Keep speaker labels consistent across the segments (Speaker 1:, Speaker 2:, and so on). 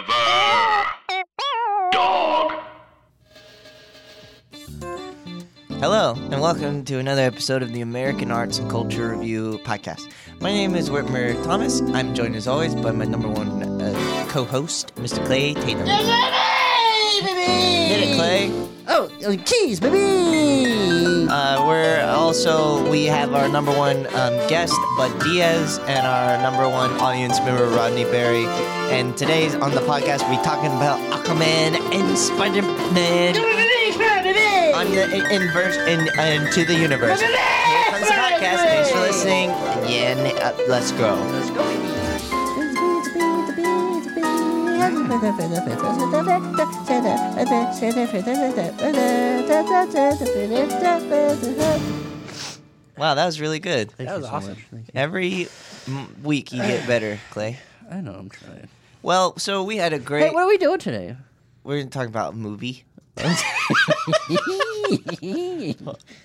Speaker 1: Forever. Dog.
Speaker 2: Hello, and welcome to another episode of the American Arts and Culture Review podcast. My name is Whitmer Thomas. I'm joined as always by my number one uh, co host, Mr. Clay Tatum. Hit it, Clay.
Speaker 3: Oh, cheese, baby!
Speaker 2: Uh, we're also, we have our number one um, guest, Bud Diaz, and our number one audience member, Rodney Berry. And today's on the podcast, we're talking about Aquaman and Spider Man on the in, inverse in, uh, into the universe. Here comes the podcast. Thanks for listening. Yeah, n- uh, let's go.
Speaker 3: Mm-hmm.
Speaker 2: Wow, that was really good.
Speaker 3: That was awesome.
Speaker 2: Every m- week you get better, Clay.
Speaker 3: I know I'm trying.
Speaker 2: Well, so we had a
Speaker 3: Hey,
Speaker 2: great.
Speaker 3: what are we doing today?
Speaker 2: We're gonna talk about a movie.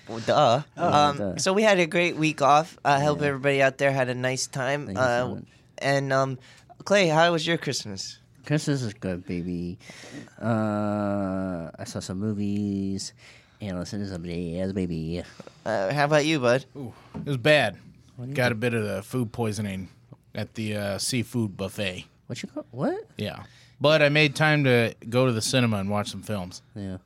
Speaker 2: Well, duh. um,
Speaker 3: Oh, duh.
Speaker 2: So we had a great week off. I hope everybody out there had a nice time.
Speaker 3: you so
Speaker 2: uh,
Speaker 3: much.
Speaker 2: and um, Clay, how was your Christmas?
Speaker 3: Christmas is good, baby. Uh, I saw some movies and listened to some jazz, baby.
Speaker 2: Uh, how about you, bud?
Speaker 4: It was bad. Got a bit of the food poisoning at the uh, seafood buffet.
Speaker 3: What you call what?
Speaker 4: Yeah. But I made time to go to the cinema and watch some films.
Speaker 3: Yeah.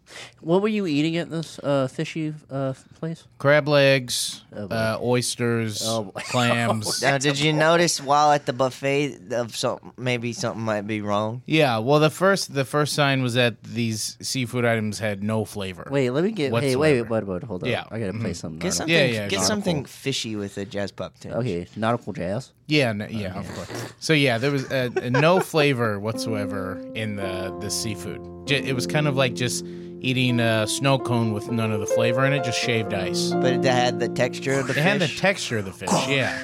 Speaker 3: What were you eating at this uh, fishy uh, place?
Speaker 4: Crab legs,
Speaker 3: Oh, boy. Oh,
Speaker 4: uh, oysters,
Speaker 3: boy. Oh,
Speaker 4: clams.
Speaker 2: Now, did you notice while at the buffet of some maybe something might be wrong?
Speaker 4: yeah, well the first the first sign was that these seafood items had no flavor.
Speaker 3: Wait, let me get. Hey, wait, wait, bud,
Speaker 4: Whatsoever.
Speaker 3: bud, hold on.
Speaker 4: Yeah,
Speaker 3: I gotta play something.
Speaker 2: Get
Speaker 3: nautical.
Speaker 2: something,
Speaker 4: yeah,
Speaker 2: get
Speaker 4: nautical.
Speaker 2: something fishy with a jazz pop tune.
Speaker 3: Okay, nautical jazz.
Speaker 4: Yeah, no, yeah, of course. So yeah, there was uh no flavor whatsoever in the the seafood. J- it was kind of like just eating a snow cone with none of the flavor in it, just shaved ice.
Speaker 2: but it had the texture of the
Speaker 4: It had the
Speaker 2: fish.
Speaker 4: texture of the fish, yeah.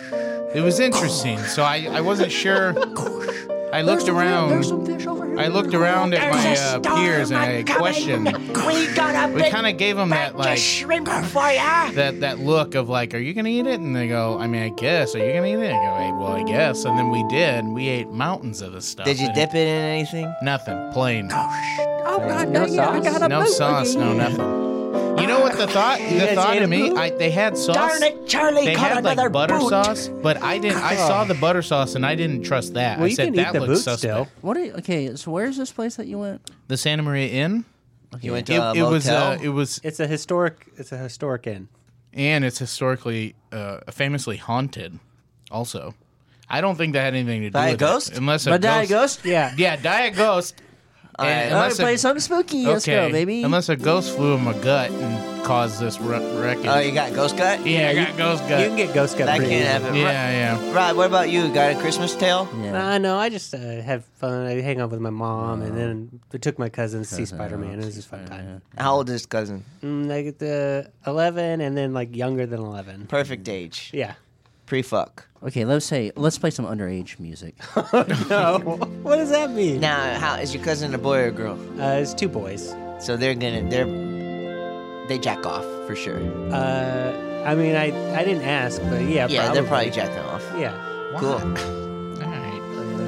Speaker 4: It was interesting. So I, I wasn't sure. I looked
Speaker 3: There's
Speaker 4: around.
Speaker 3: some fish over here.
Speaker 4: I looked around at my
Speaker 5: There's a
Speaker 4: uh,
Speaker 5: storm
Speaker 4: peers and I questioned.
Speaker 5: We got a
Speaker 4: We
Speaker 5: big
Speaker 4: kind of gave them that
Speaker 5: bunch of
Speaker 4: like
Speaker 5: shrimp for ya.
Speaker 4: that that look of like, are you gonna eat it? And they go, I mean, I guess. Are you gonna eat it? I go, "Hey, well, I guess. And then we did. and We ate mountains of this stuff.
Speaker 2: Did you
Speaker 4: and-
Speaker 2: dip it in anything?
Speaker 4: Nothing. Plain.
Speaker 5: Oh god, no, I got a
Speaker 4: No
Speaker 5: boot
Speaker 4: sauce. No
Speaker 5: again.
Speaker 4: nothing. You know what the thought? The
Speaker 2: guys
Speaker 4: thought
Speaker 2: ate a
Speaker 4: of me.
Speaker 2: boot?
Speaker 4: I, they had sauce.
Speaker 5: Darn it, Charlie
Speaker 4: They
Speaker 5: caught
Speaker 4: had like
Speaker 5: another
Speaker 4: butter
Speaker 5: boot.
Speaker 4: sauce, but I didn't. I saw the butter sauce and I didn't trust that.
Speaker 6: Well,
Speaker 4: I
Speaker 6: you
Speaker 4: said
Speaker 6: can
Speaker 4: that
Speaker 6: eat the
Speaker 4: looks
Speaker 6: boot
Speaker 4: suspect.
Speaker 6: still.
Speaker 3: What are you, okay, so where's this place that you went?
Speaker 4: The Santa Maria Inn.
Speaker 2: You went to
Speaker 4: It,
Speaker 2: a
Speaker 4: it
Speaker 2: motel.
Speaker 4: was. Uh, it was,
Speaker 6: It's a historic. It's a historic inn.
Speaker 4: and it's historically, uh, famously haunted. Also, I don't think that had anything to do
Speaker 2: By a
Speaker 4: with
Speaker 2: ghost?
Speaker 4: it, unless a
Speaker 3: But Diet
Speaker 4: ghost.
Speaker 3: Ghost? Yeah.
Speaker 4: Yeah, Diet Ghost. And
Speaker 2: right.
Speaker 3: All right,
Speaker 4: unless a-
Speaker 3: play something spooky. Let's go, baby.
Speaker 4: Unless a ghost flew in my gut and caused this wreck. wreckage.
Speaker 2: Oh, you got ghost gut?
Speaker 4: yeah, I got ghost gut.
Speaker 6: You can get ghost gut
Speaker 2: That
Speaker 6: pretty
Speaker 2: can't happen.
Speaker 6: easy.
Speaker 4: yeah, yeah.
Speaker 2: Rod, Rod, what about you? Got a Christmas tale?
Speaker 3: yeah.
Speaker 6: I know. I just uh, had fun. I hang out with my mom, and then we took my cousin to see
Speaker 4: oh,
Speaker 6: Spider Man. It was just a fun time.
Speaker 2: How old is cousin?
Speaker 6: Mm, I get the eleven, and then like younger than eleven.
Speaker 2: Perfect age.
Speaker 6: Yeah.
Speaker 2: Pre fuck.
Speaker 3: Okay, let's say let's play some underage music.
Speaker 4: Oh.
Speaker 6: No. what does that mean?
Speaker 2: Now, how is your cousin a boy or a girl?
Speaker 6: Uh, it's two boys.
Speaker 2: So they're gonna they're they jack off for sure.
Speaker 6: Uh, I mean, I I didn't ask, but yeah.
Speaker 2: yeah, they're probably jacking off.
Speaker 6: Yeah.
Speaker 2: Cool.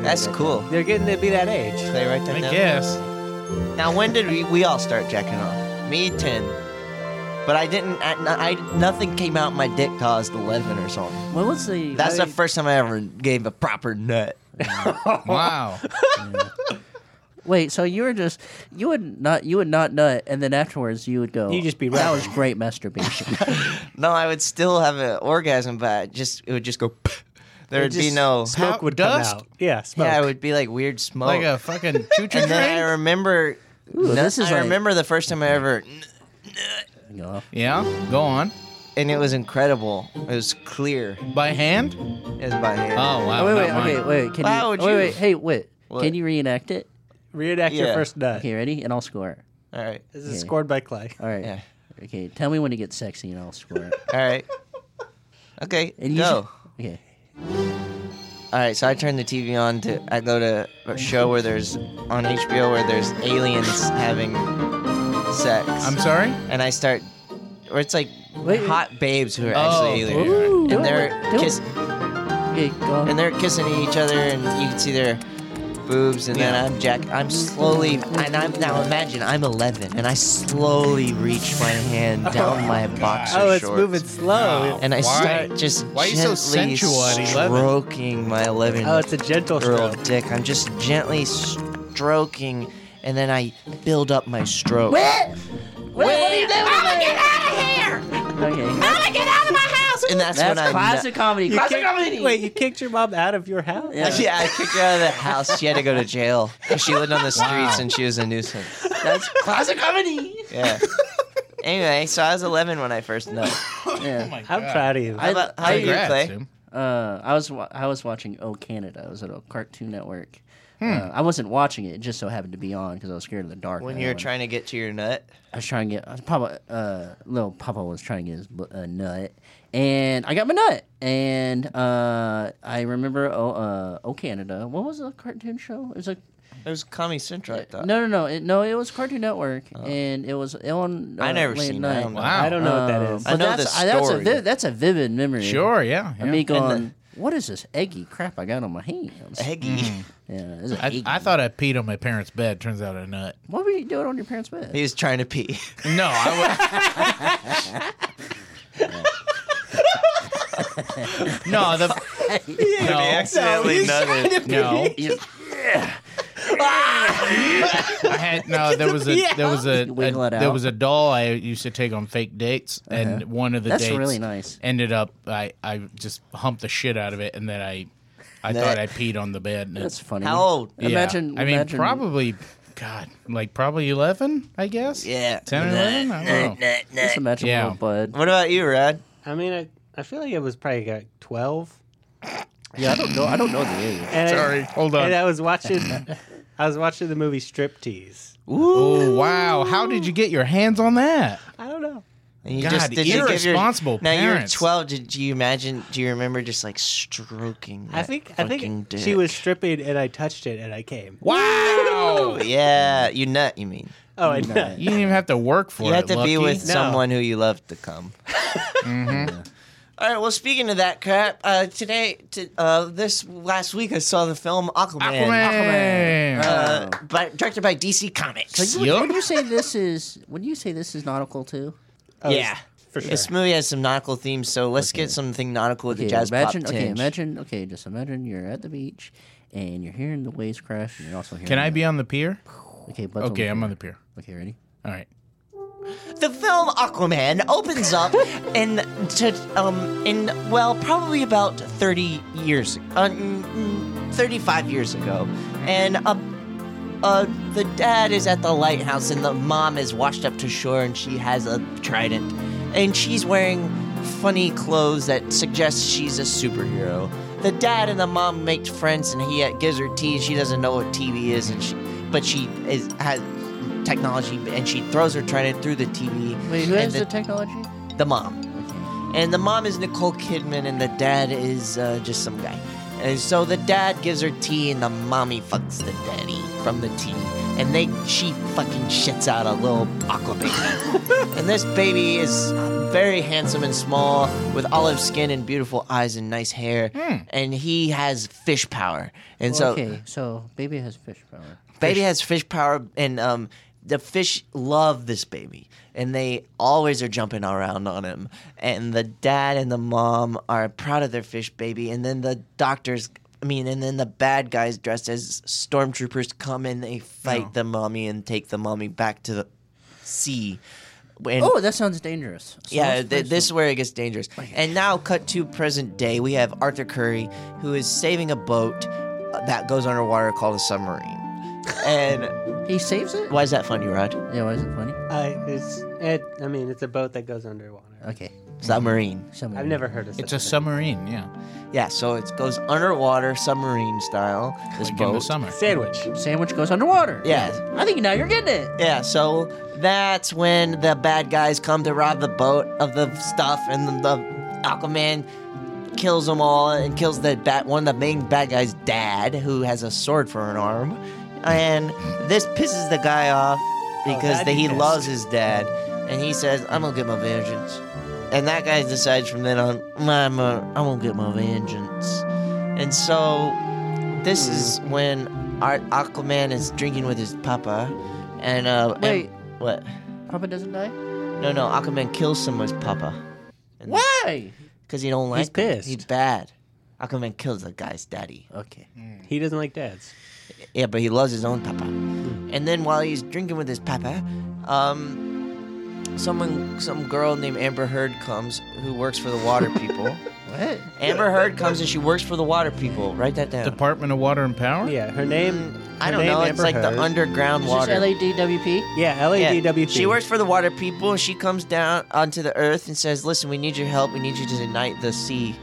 Speaker 2: That's cool.
Speaker 6: They're getting to be that age.
Speaker 2: Play right there.
Speaker 4: I guess.
Speaker 2: Now, when did we, we all start jacking off? Me ten, but I didn't. I, no- I nothing came out my dick till I was eleven or something.
Speaker 3: What was the?
Speaker 2: That's the
Speaker 3: a.
Speaker 2: first time I ever gave a proper nut.
Speaker 4: Wow.
Speaker 3: wait. So you were just you would not you would not nut, and then afterwards you would go.
Speaker 6: You just be
Speaker 3: That
Speaker 6: right.
Speaker 3: was great masturbation.
Speaker 2: No, I would still have an orgasm, but I just it would just go. There would be
Speaker 6: Just
Speaker 2: no.
Speaker 6: smoke
Speaker 4: How-
Speaker 6: would
Speaker 4: dust?
Speaker 6: come out. Yeah, smoke.
Speaker 2: Yeah, it would be like weird smoke.
Speaker 4: like a fucking choo choo
Speaker 2: Oh. and then I
Speaker 4: train.
Speaker 2: remember.
Speaker 3: Ooh, this is
Speaker 2: I
Speaker 3: like-
Speaker 2: remember the first time I ever
Speaker 3: You know,
Speaker 4: Yeah, go on.
Speaker 2: and it was incredible. It was clear.
Speaker 4: By hand?
Speaker 2: It was by hand.
Speaker 4: Oh wow.
Speaker 3: Oh, wait,
Speaker 4: not
Speaker 3: wait,
Speaker 4: mine.
Speaker 3: okay, wait. Can
Speaker 2: Why
Speaker 3: you?
Speaker 2: would
Speaker 3: wait,
Speaker 2: you-
Speaker 3: wait. Hey, wait.
Speaker 2: What?
Speaker 3: Can you reenact it?
Speaker 6: Reenact
Speaker 2: Yeah.
Speaker 6: your first nut.
Speaker 3: Okay, ready? And I'll score. it.
Speaker 2: All right.
Speaker 6: This is scored by Clay.
Speaker 3: All right.
Speaker 2: Yeah.
Speaker 3: Okay. Tell me when to get sexy, and I'll score. it.
Speaker 2: All right. Okay.
Speaker 3: And you
Speaker 2: go.
Speaker 3: should- okay.
Speaker 2: All right. So I turn the TV on to. I go to a show where there's on HBO where there's aliens having sex,
Speaker 4: I'm sorry?
Speaker 2: and I start. Or it's like
Speaker 3: Wait,
Speaker 2: hot babes who are
Speaker 4: Oh,
Speaker 2: actually aliens.
Speaker 4: ooh.
Speaker 3: Do it,
Speaker 2: And they're
Speaker 3: do it.
Speaker 2: kiss,
Speaker 3: Okay, go.
Speaker 2: and they're kissing each other, and you can see their boobs, and then I'm Jack. I'm slowly, and I'm now imagine I'm 11, and I slowly reach my hand
Speaker 4: Oh
Speaker 2: down my boxer
Speaker 6: Oh, it's
Speaker 2: shorts.
Speaker 6: moving slow.
Speaker 2: And I
Speaker 4: Why?
Speaker 2: start just
Speaker 4: Why are you so
Speaker 2: gently
Speaker 4: sensual at 11?
Speaker 2: stroking my 11
Speaker 6: Oh, it's a gentle
Speaker 2: girl
Speaker 6: stroke.
Speaker 2: dick. I'm just gently stroking, and then I build up my stroke.
Speaker 1: Mama, get out of here!
Speaker 3: Okay.
Speaker 1: Mama, get out of my house!
Speaker 2: And that's,
Speaker 3: That's
Speaker 2: when I
Speaker 3: classic comedy. classic
Speaker 6: kicked-
Speaker 3: comedy.
Speaker 6: Wait, you kicked your mom out of your house?
Speaker 3: Yeah.
Speaker 2: Yeah, I kicked her out of the house. She had to go to jail. She lived on the streets and she was a nuisance.
Speaker 3: That's classic comedy.
Speaker 2: Yeah. anyway, so I was 11 when I first nut.
Speaker 3: Yeah.
Speaker 4: my
Speaker 6: I'm proud of you.
Speaker 2: How about how do you
Speaker 4: Congrats,
Speaker 2: play?
Speaker 4: dude.
Speaker 3: Uh, I was wa- I was watching Oh Canada. It was at a Cartoon Network. Uh, I wasn't watching it; it just so happened to be on because I was scared of the dark.
Speaker 2: When
Speaker 3: I
Speaker 2: you're
Speaker 3: don't-
Speaker 2: trying to get to your nut,
Speaker 3: I was trying to get I was Papa. Uh, little Papa was trying to get his bu- uh, nut, and I got my nut. And uh, I remember Oh, uh, oh Canada. What was the cartoon show? It was like
Speaker 2: it was Comedy Central. I thought.
Speaker 3: no, no, no, it, no. It was Cartoon Network, and it was on. Uh,
Speaker 2: I never
Speaker 3: late
Speaker 2: seen that.
Speaker 3: night.
Speaker 2: I don't know.
Speaker 4: Wow.
Speaker 6: I don't know what that is.
Speaker 2: Um, I know
Speaker 3: that's,
Speaker 2: the
Speaker 3: I- that's a
Speaker 2: story.
Speaker 3: vivid, that's a vivid memory.
Speaker 4: Sure, yeah. yeah.
Speaker 3: Of me
Speaker 2: the-
Speaker 3: going, what is this eggy crap I got on my hands?
Speaker 2: Eggy.
Speaker 3: Yeah, this is
Speaker 4: I,
Speaker 3: eggy.
Speaker 4: I thought I peed on my parents' bed. Turns out I nut.
Speaker 3: What were you doing on your parents' bed?
Speaker 2: He was trying to pee.
Speaker 4: No, I was. no, the.
Speaker 2: And he accidentally nutted.
Speaker 4: No, no.
Speaker 3: You-
Speaker 4: I had no. There was a there was a,
Speaker 3: Wiggle
Speaker 4: a-
Speaker 3: it
Speaker 4: there
Speaker 3: out.
Speaker 4: was a doll I used to take on fake dates, and one of the
Speaker 3: That's
Speaker 4: dates
Speaker 3: really nice.
Speaker 4: ended up I I just humped the shit out of it, and then I I
Speaker 2: That-
Speaker 4: thought I peed on the bed. And it-
Speaker 3: That's funny.
Speaker 2: How old?
Speaker 4: yeah.
Speaker 3: Imagine,
Speaker 4: I mean,
Speaker 3: imagine-
Speaker 4: probably God, like probably eleven, I guess.
Speaker 2: Yeah.
Speaker 4: ten or
Speaker 2: Nah,
Speaker 4: eleven. I don't know.
Speaker 3: Just imagine
Speaker 4: Yeah.
Speaker 3: little bud.
Speaker 2: What about you, Rod?
Speaker 6: I mean, I, I feel like it was probably like 12.
Speaker 3: Yeah, I don't know. I don't know the age.
Speaker 6: And I-
Speaker 4: Sorry, hold on.
Speaker 6: and I was watching, I was watching the movie Striptease.
Speaker 4: Oh wow! How did you get your hands on that?
Speaker 6: I don't know.
Speaker 2: And you
Speaker 4: God,
Speaker 2: you give your-
Speaker 4: irresponsible
Speaker 2: now you were
Speaker 4: parents.
Speaker 2: 12. Did do you imagine? Do you remember just like stroking? That
Speaker 6: I think I
Speaker 2: fucking
Speaker 6: think
Speaker 2: dick?
Speaker 6: she was stripping, and I touched it, and I came.
Speaker 4: Wow!
Speaker 2: Oh, Yeah, you nut. You mean
Speaker 6: Oh, and
Speaker 4: you didn't even have to work for
Speaker 2: you
Speaker 4: it.
Speaker 2: had to be
Speaker 4: Lucky. Mm-hmm.
Speaker 2: with
Speaker 6: No.
Speaker 2: someone who you love to come. All right. Well, speaking of that crap, uh, today, to, uh, this last week, I saw the film Aquaman,
Speaker 4: Aquaman.
Speaker 2: Uh, by, directed by DC Comics.
Speaker 3: So you,
Speaker 4: Yup.
Speaker 3: would you say this is? Would you say this is nautical too?
Speaker 2: yeah,
Speaker 6: for sure.
Speaker 2: this movie has some nautical themes, so let's get something nautical with
Speaker 3: Okay,
Speaker 2: the jazz
Speaker 3: imagine.
Speaker 2: pop
Speaker 3: Okay,
Speaker 2: tinge.
Speaker 3: imagine. Okay, just imagine you're at the beach and you're hearing the waves crash, and you're also hearing.
Speaker 4: Can I
Speaker 3: the-
Speaker 4: be on the pier?
Speaker 3: Okay, but
Speaker 4: Okay, I'm on the pier.
Speaker 3: Okay, ready?
Speaker 4: All right.
Speaker 2: The film Aquaman opens up in to, um in well probably about thirty years, uh, mm, mm, thirty-five years ago, and uh, uh, the dad is at the lighthouse and the mom is washed up to shore and she has a trident, and she's wearing funny clothes that suggests she's a superhero. The dad and the mom make friends and he uh, gives her tea. She doesn't know what TV is, and she but she is has technology and she throws her trident through the TV.
Speaker 3: Wait, who
Speaker 2: and
Speaker 3: has the,
Speaker 2: the,
Speaker 3: technology?
Speaker 2: the mom. And the mom is Nicole Kidman, and the dad is uh, just some guy. And so the dad gives her tea, and the mommy fucks the daddy from the tea. And they, she fucking shits out a little aqua baby. and this baby is very handsome and small, with olive skin and beautiful eyes and nice hair. And he has fish power. And so
Speaker 3: okay, so baby has fish power.
Speaker 2: baby has fish power and um the fish love this baby and they always are jumping around on him and the dad and the mom are proud of their fish baby and then the doctors i mean and then the bad guys dressed as stormtroopers come and they fight
Speaker 3: Oh.
Speaker 2: the mommy and take the mommy back to the sea and
Speaker 3: Oh, that sounds dangerous. So
Speaker 2: yeah,
Speaker 3: let's
Speaker 2: th-
Speaker 3: find
Speaker 2: this is where it gets dangerous. And now, cut to present day, we have Arthur Curry, who is saving a boat uh, that goes underwater called a submarine. And
Speaker 3: some- He saves it.
Speaker 2: why is that funny, Rod?
Speaker 3: Yeah, why is it funny?
Speaker 6: I, it's, it, I mean, it's a boat that goes underwater.
Speaker 3: Okay,
Speaker 2: Submarine.
Speaker 3: somebody.
Speaker 6: I've never heard of.
Speaker 4: It's
Speaker 6: such
Speaker 4: a submarine, yeah.
Speaker 2: Yeah, so it goes underwater, submarine style. This
Speaker 4: Like in the
Speaker 2: boat.
Speaker 4: summer.
Speaker 6: sandwich.
Speaker 3: sandwich goes underwater.
Speaker 2: Yeah.
Speaker 3: I think now you're getting it.
Speaker 2: Yeah, so that's when the bad guys come to rob the boat of the stuff, and the, the Aquaman kills them all and kills the bat one of the main bad guys' dad, who has a sword for an arm, and this pisses the guy off because
Speaker 6: that'd
Speaker 2: the,
Speaker 6: be
Speaker 2: he
Speaker 6: pissed.
Speaker 2: loves his dad, and he says, "I'm gonna get my vengeance," and that guy decides from then on, "I'm
Speaker 6: Hmm.
Speaker 2: a, I'm gonna get my vengeance," and so this is when Ar- Aquaman is drinking with his papa, and uh, and-
Speaker 3: Wait.
Speaker 2: what?
Speaker 3: Papa doesn't die.
Speaker 2: No, no, Aquaman kills someone's papa.
Speaker 3: Why?
Speaker 2: Because he don't like.
Speaker 6: He's
Speaker 2: him.
Speaker 6: pissed.
Speaker 2: He's bad. Aquaman kills the guy's daddy.
Speaker 6: Okay. He doesn't like dads.
Speaker 2: Yeah, but he loves his own papa.
Speaker 6: Hmm.
Speaker 2: And then while he's drinking with his papa, um, someone, some girl named Amber Heard comes who works for the water people.
Speaker 3: What?
Speaker 2: Amber Heard comes and she works for the water people. Write that down.
Speaker 4: Department of Water and Power.
Speaker 6: Yeah, her name.
Speaker 2: I
Speaker 6: her
Speaker 2: don't
Speaker 6: name,
Speaker 2: know. It's
Speaker 6: Amber
Speaker 2: like
Speaker 6: Heard.
Speaker 2: the underground
Speaker 3: Is this
Speaker 2: water.
Speaker 3: LADWP?
Speaker 6: Yeah,
Speaker 2: Yeah.
Speaker 6: LADWP.
Speaker 2: She works for the water people. She comes down onto the earth and says, "Listen, we need your help. We need you to ignite the sea."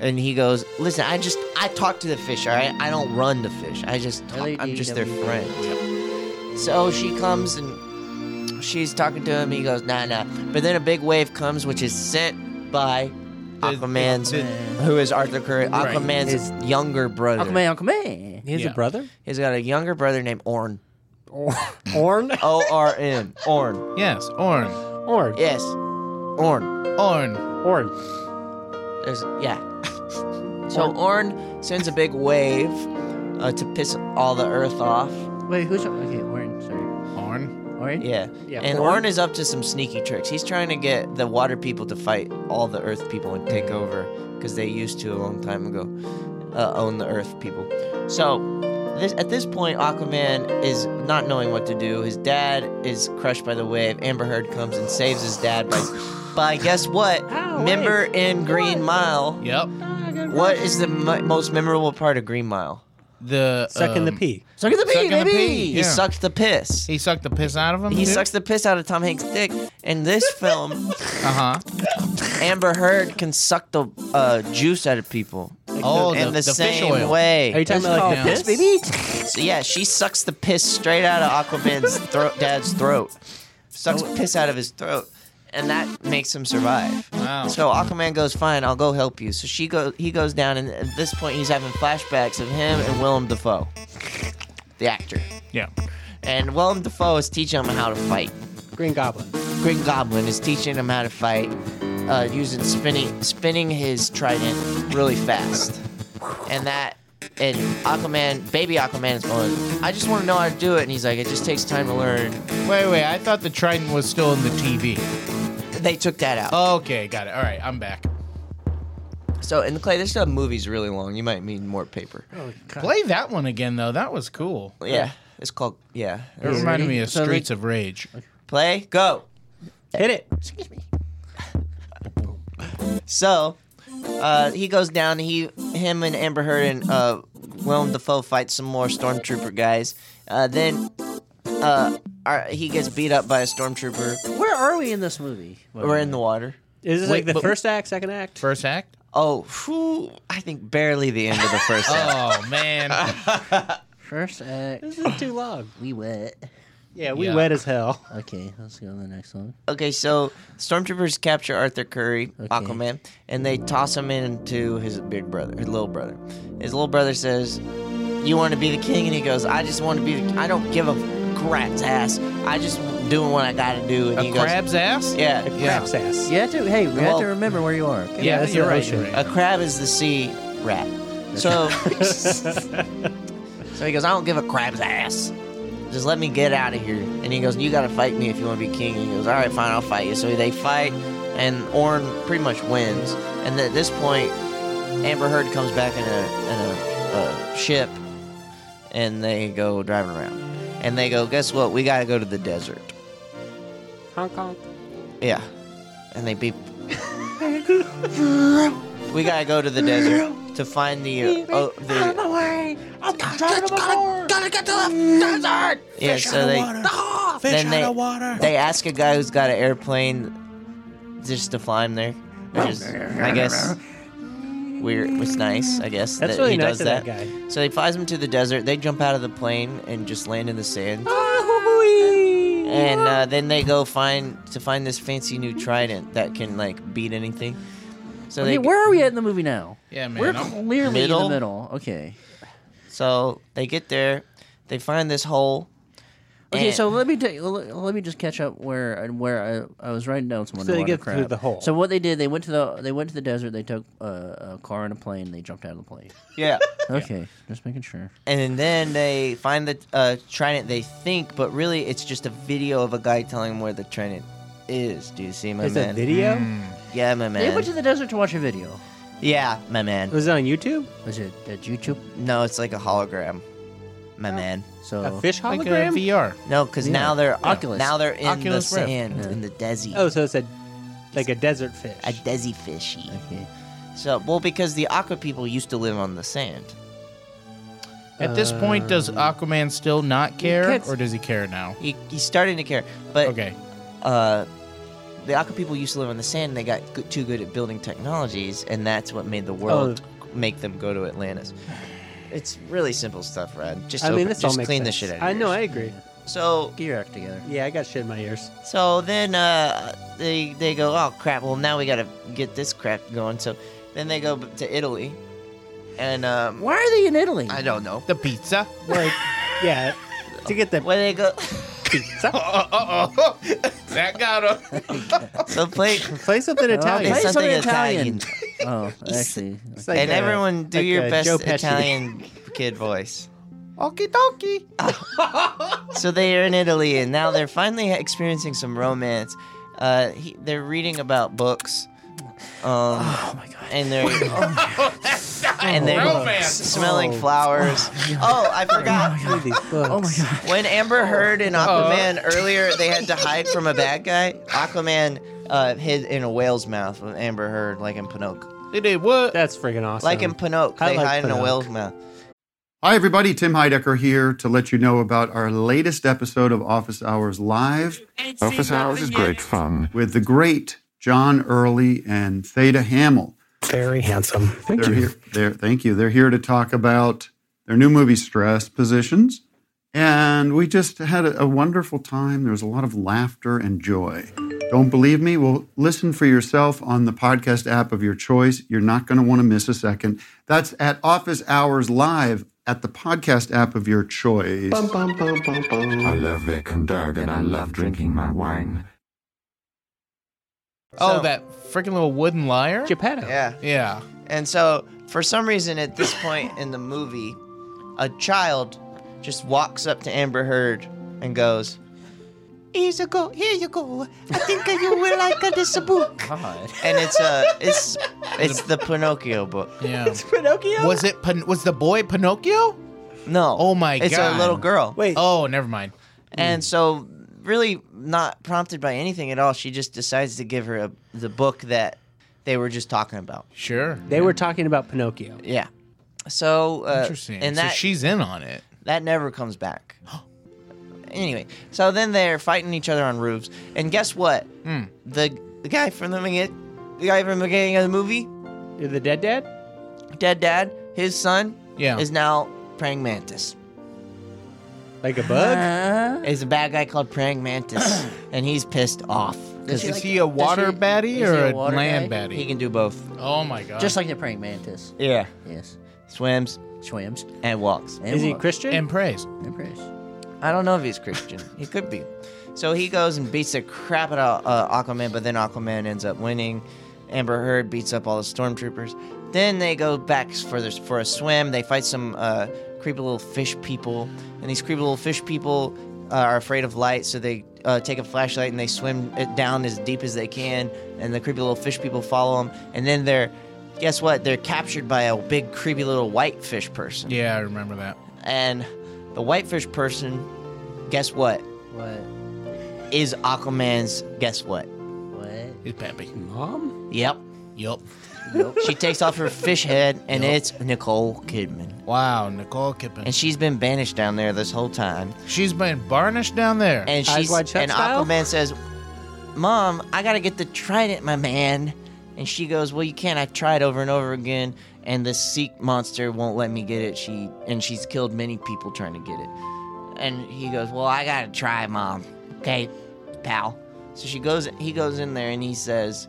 Speaker 2: And he goes, "Listen, I just I talk to the fish. All right, I don't run the fish. I just talk. I'm just their
Speaker 3: LADWP.
Speaker 2: friend." So she comes and she's talking to him. He goes, "Nah, nah." But then a big wave comes, which is sent by
Speaker 4: The-
Speaker 2: Aquaman's,
Speaker 4: the-
Speaker 2: who is Arthur Curry, Aquaman's
Speaker 6: His-
Speaker 2: younger brother.
Speaker 3: Aquaman, Aquaman.
Speaker 6: He has
Speaker 4: Yeah.
Speaker 6: a brother?
Speaker 2: He's got a younger brother named Orn.
Speaker 6: Orn?
Speaker 2: O R N. Orn.
Speaker 4: Yes, Orn.
Speaker 6: Orn.
Speaker 2: Yes. Orn.
Speaker 4: Orn.
Speaker 6: Orn.
Speaker 2: There's, yeah. so Orn sends a big wave uh, to piss all the Earth off.
Speaker 3: Wait, who's okay? Orange, sorry.
Speaker 4: Orn.
Speaker 3: Orange.
Speaker 2: Yeah.
Speaker 6: Yeah,
Speaker 2: and
Speaker 6: Orn-
Speaker 2: Orn. is up to some sneaky tricks. He's trying to get the water people to fight all the Earth people and take over because they used to a long time ago uh, own the Earth people. So this at this point, Aquaman is not knowing what to do. His dad is crushed by the wave. Amber Heard comes and saves his dad by, by guess what? Member in Green Mile.
Speaker 4: Yep.
Speaker 2: What is the m- most memorable part of Green Mile?
Speaker 4: The
Speaker 6: Sucking the
Speaker 4: um,
Speaker 6: pee.
Speaker 3: Suck at the pee,
Speaker 4: Sucking the
Speaker 3: baby.
Speaker 4: pee.
Speaker 2: He
Speaker 4: Yeah.
Speaker 2: sucks the piss.
Speaker 4: He sucked the piss out of him.
Speaker 2: He sucks the piss out of Tom Hanks' dick. In this film,
Speaker 4: Uh huh.
Speaker 2: Amber Heard can suck the uh, juice out of people.
Speaker 4: Oh,
Speaker 2: in
Speaker 4: the,
Speaker 2: the,
Speaker 4: the fish
Speaker 2: same
Speaker 4: oil.
Speaker 2: way.
Speaker 6: Are you talking about like
Speaker 4: called
Speaker 6: the
Speaker 4: piss,
Speaker 6: piss, baby?
Speaker 2: So, yeah, she sucks the piss straight out of Aquaman's thro- dad's throat. Sucks piss out of his throat, and that makes him survive.
Speaker 4: Wow.
Speaker 2: So Aquaman goes, "Fine, I'll go help you." So she goes, he goes down, and at this point, he's having flashbacks of him and Willem Dafoe, the actor.
Speaker 4: Yeah.
Speaker 2: And Willem Dafoe is teaching him how to fight.
Speaker 6: "Oh, Green Goblin.
Speaker 2: Green Goblin is teaching him how to fight uh, using spinning spinning his trident really fast, and that and Aquaman, baby Aquaman is going. I just want to know how to do it, and he's like, it just takes time to learn.
Speaker 4: Wait, wait. I thought the Trident was still in the TV.
Speaker 2: They took that out.
Speaker 4: Okay, got it. All right, I'm back.
Speaker 2: So in the clay, this stuff movie's really long. You might need more paper.
Speaker 4: Play that one again though. That was cool.
Speaker 2: Yeah, it's called yeah.
Speaker 4: It reminded me of
Speaker 3: So they-
Speaker 4: Streets of Rage.
Speaker 2: Play go.
Speaker 6: Hit it.
Speaker 2: So, uh, he goes down. He, him, and Amber Heard and uh, Willem Dafoe fight some more stormtrooper guys. Uh, then, uh, our, he gets beat up by a stormtrooper.
Speaker 3: Where are we in this movie?
Speaker 2: We're in the water.
Speaker 6: Is this
Speaker 4: Wait,
Speaker 6: like the
Speaker 4: but-
Speaker 6: first act, second act?
Speaker 4: First act.
Speaker 2: Oh, phew, I think barely the end of the first. act.
Speaker 4: Oh man.
Speaker 3: First act.
Speaker 6: This is too long.
Speaker 3: We wet.
Speaker 6: Yeah, we
Speaker 4: Yeah.
Speaker 6: wet as hell.
Speaker 3: Okay, let's go to the next one.
Speaker 2: Okay, so stormtroopers capture Arthur Curry,
Speaker 3: Okay.
Speaker 2: Aquaman, and they toss him into his big brother, his little brother. His little brother says, "You want to be the king?" And he goes, "I just want to be. The, I don't give a crap's ass. I just doing what I got to do." And
Speaker 4: A
Speaker 2: he goes,
Speaker 4: crab's ass.
Speaker 2: Yeah.
Speaker 6: Crap's ass.
Speaker 3: You have to. Hey, we have
Speaker 2: Well-
Speaker 3: to remember where you are. Okay?
Speaker 4: Yeah,
Speaker 6: that's
Speaker 4: you're
Speaker 6: the
Speaker 4: right.
Speaker 6: ocean.
Speaker 4: You're right.
Speaker 2: A crab is the sea rat. So So he goes, I don't give a crab's ass. Just let me get out of here. And he goes, You gotta fight me if you wanna be king. And he goes, Alright, fine, I'll fight you. So they fight and Orn pretty much wins. And at this point, Amber Heard comes back in a in a, a ship and they go driving around. And they go, Guess what? We gotta go to the desert.
Speaker 6: Hong Kong.
Speaker 2: Yeah. And they beep. we gotta go to the desert to find the. Uh, oh, the
Speaker 5: away. I'm just gotta, gotta get to the desert.
Speaker 2: yeah, so they.
Speaker 5: Ah,
Speaker 2: Then they, they ask a guy who's got an airplane just to fly him there. Which is, I guess, weird. It's nice, I guess.
Speaker 6: That's
Speaker 2: that
Speaker 6: really
Speaker 2: he
Speaker 6: nice
Speaker 2: does
Speaker 6: of
Speaker 2: that.
Speaker 6: that guy.
Speaker 2: So he flies him to the desert. They jump out of the plane and just land in the sand. And uh, then they go find to find this fancy new trident that can like beat anything. So
Speaker 3: I
Speaker 2: they
Speaker 3: mean, where are we at in the movie now?
Speaker 4: Yeah, man,
Speaker 3: We're
Speaker 4: I'm-
Speaker 3: clearly
Speaker 2: Middle?
Speaker 3: in the middle. Okay.
Speaker 2: So they get there, they find this hole,
Speaker 3: Okay,
Speaker 2: And-
Speaker 3: so let me t- let let me just catch up where and where I, I was writing down some
Speaker 6: So they
Speaker 3: underwater
Speaker 6: get through
Speaker 3: crap.
Speaker 6: the hole.
Speaker 3: So what they did, they went to the they went to the desert. They took uh, a car and a plane. They jumped out of the plane.
Speaker 2: yeah.
Speaker 3: Okay, just making sure.
Speaker 2: and then they find the uh, trident they think, but really it's just a video of a guy telling them where the trident is. Do you see my
Speaker 6: Is
Speaker 2: man?
Speaker 6: that video?
Speaker 4: Mm,
Speaker 2: Yeah, my
Speaker 3: They
Speaker 2: man.
Speaker 3: went to the desert to watch a video.
Speaker 2: yeah, my man.
Speaker 6: Was Mm. it on YouTube?
Speaker 3: Was it at YouTube?
Speaker 2: No, it's like a hologram, my man.
Speaker 3: So
Speaker 6: A fish
Speaker 4: Like a
Speaker 6: hologram?
Speaker 4: VR.
Speaker 2: No, because now they're
Speaker 3: Oculus.
Speaker 2: now they're in
Speaker 4: Oculus
Speaker 2: the
Speaker 4: Rift.
Speaker 2: sand
Speaker 3: Yeah.
Speaker 2: in the desi,
Speaker 6: oh, so it's a like a desert fish.
Speaker 2: a desi fishy.
Speaker 3: Okay.
Speaker 2: So well, because the aqua people used to live on the sand.
Speaker 4: At this point, does Aquaman still not care,
Speaker 6: can't-
Speaker 4: or does he care now?
Speaker 2: He, he's starting to care, but
Speaker 4: Okay.
Speaker 2: uh, the Akka people used to live on the sand. and They got good, too good at building technologies, and that's what made the world
Speaker 6: Oh.
Speaker 2: make them go to Atlantis. It's really simple stuff, Rod. Just
Speaker 6: I mean,
Speaker 2: open-
Speaker 6: this all
Speaker 2: just
Speaker 6: makes
Speaker 2: clean
Speaker 6: sense.
Speaker 2: the shit out. Of
Speaker 6: I
Speaker 2: yours.
Speaker 6: know, I agree.
Speaker 2: So
Speaker 3: Get your act together.
Speaker 6: Yeah, I got shit in my ears.
Speaker 2: so then uh, they they go, oh crap. Well, now we gotta get this crap going. So then they go b- to Italy, and um,
Speaker 3: Why are they in Italy?
Speaker 2: I don't know.
Speaker 4: The pizza.
Speaker 6: Like, yeah, to get the
Speaker 2: Where they go,
Speaker 4: Uh oh, oh, oh. that got him.
Speaker 2: so play.
Speaker 6: play something
Speaker 3: Oh,
Speaker 6: Italian.
Speaker 2: it's
Speaker 3: Play
Speaker 2: something
Speaker 3: something
Speaker 2: Italian,
Speaker 3: Italian. Oh, actually.
Speaker 6: It's like
Speaker 2: and
Speaker 6: a-
Speaker 2: everyone do
Speaker 6: like
Speaker 2: your
Speaker 6: a
Speaker 2: best
Speaker 6: Joe Pesci.
Speaker 2: Italian kid voice.
Speaker 4: Okie dokie.
Speaker 2: So they are in Italy, and now they're finally experiencing some romance. Uh, he, they're reading about books. Um, oh my god! And they're and they're
Speaker 4: Romance.
Speaker 2: smelling flowers. Oh, I forgot.
Speaker 6: Read these books.
Speaker 3: Oh my god.
Speaker 2: When Amber Heard and Aquaman earlier, they had to hide from a bad guy. Aquaman uh, hid in a whale's mouth with Amber Heard, like in Pinocchio.
Speaker 4: They did what?
Speaker 6: That's freaking awesome.
Speaker 2: Like in Pinocchio,
Speaker 6: I
Speaker 2: they
Speaker 6: like
Speaker 2: hide in a
Speaker 6: Pinocchio.
Speaker 2: whale's mouth.
Speaker 7: Hi, everybody. Tim Heidecker here to let you know about our latest episode of Office Hours Live
Speaker 8: Office hours is great fun.
Speaker 7: with the great John Early and Theta Hamill.
Speaker 9: Very handsome. Thank
Speaker 7: They're here. They're, thank you. They're here to talk about their new movie, Stress Positions. And we just had a, a wonderful time. There was a lot of laughter and joy. Don't believe me? Well, listen for yourself on the podcast app of your choice. You're not going to want to miss a second. That's at Office Hours Live at the podcast app of your choice.
Speaker 8: I love Vic and Doug, and I love drinking my wine.
Speaker 4: Oh,
Speaker 2: So-
Speaker 4: that freaking little wooden liar.
Speaker 6: Geppetto.
Speaker 2: Yeah.
Speaker 4: Yeah.
Speaker 2: And so, for some reason, at this point in the movie, a child just walks up to Amber Heard and goes, "Here's a go, here you go. I think you will like this book."
Speaker 3: God.
Speaker 2: And it's a, it's, it's the Pinocchio book.
Speaker 4: Yeah.
Speaker 6: Pinocchio.
Speaker 4: was it? Pin- was the boy Pinocchio?
Speaker 2: No,
Speaker 4: Oh my
Speaker 2: it's
Speaker 4: God.
Speaker 2: a little girl.
Speaker 6: Wait.
Speaker 4: Oh, never mind.
Speaker 2: and so really not prompted by anything at all, she just decides to give her a, the book that they were just talking about.
Speaker 4: Sure.
Speaker 6: They were talking about Pinocchio.
Speaker 2: Yeah. So uh,
Speaker 4: Interesting.
Speaker 2: And that
Speaker 4: so she's in on it.
Speaker 2: That never comes back. anyway, so then they're fighting each other on roofs, and guess what? The the guy from the begin- the guy from the beginning of the movie,
Speaker 6: The dead dad.
Speaker 2: dead dad, his son,
Speaker 4: Yeah.
Speaker 2: is now praying mantis.
Speaker 6: Like a bug?
Speaker 2: Is a bad guy called praying mantis, and he's pissed off because
Speaker 3: she
Speaker 4: Is
Speaker 3: like-
Speaker 4: he a water
Speaker 3: she-
Speaker 4: baddie
Speaker 3: is he
Speaker 4: or
Speaker 3: a
Speaker 4: a,
Speaker 3: water
Speaker 4: land
Speaker 3: guy?
Speaker 2: he
Speaker 4: baddie?
Speaker 2: can do both.
Speaker 4: Oh my god.
Speaker 3: Just like the praying mantis.
Speaker 2: Yeah,
Speaker 3: Yes.
Speaker 2: swims
Speaker 3: Swims.
Speaker 2: and walks.
Speaker 3: And
Speaker 6: Is he
Speaker 3: walks.
Speaker 6: Christian?
Speaker 4: and praise.
Speaker 3: And prays.
Speaker 2: I don't know if he's Christian. he could be. So he goes and beats the crap out of uh, Aquaman, but then Aquaman ends up winning. Amber Heard beats up all the stormtroopers. Then they go back for their, for a swim. They fight some uh, creepy little fish people, and these creepy little fish people uh, are afraid of light, so they uh, take a flashlight and they swim it down as deep as they can. And the creepy little fish people follow them, and then they're guess what? They're captured by a big creepy little white fish person
Speaker 4: Yeah, I remember that.
Speaker 2: and the whitefish person, guess what?
Speaker 3: What?
Speaker 2: Is Aquaman's guess what?
Speaker 3: What?
Speaker 4: He's peppy.
Speaker 6: Mom?
Speaker 2: Yep.
Speaker 4: Yup.
Speaker 2: She takes off her fish head and it's Nicole Kidman.
Speaker 4: Wow, Nicole Kippen.
Speaker 2: And she's been banished down there this whole time.
Speaker 4: She's been varnished down there.
Speaker 2: And
Speaker 6: Eyes
Speaker 2: she's
Speaker 6: Wide Shut
Speaker 2: and
Speaker 6: style?
Speaker 2: Aquaman says, "Mom, I gotta get the trident, my man." And she goes, "Well, you can't. I've tried over and over again, and the Sikh monster won't let me get it. She and she's killed many people trying to get it." And he goes, "Well, I gotta try, Mom. Okay, pal." So she goes. He goes in there and he says,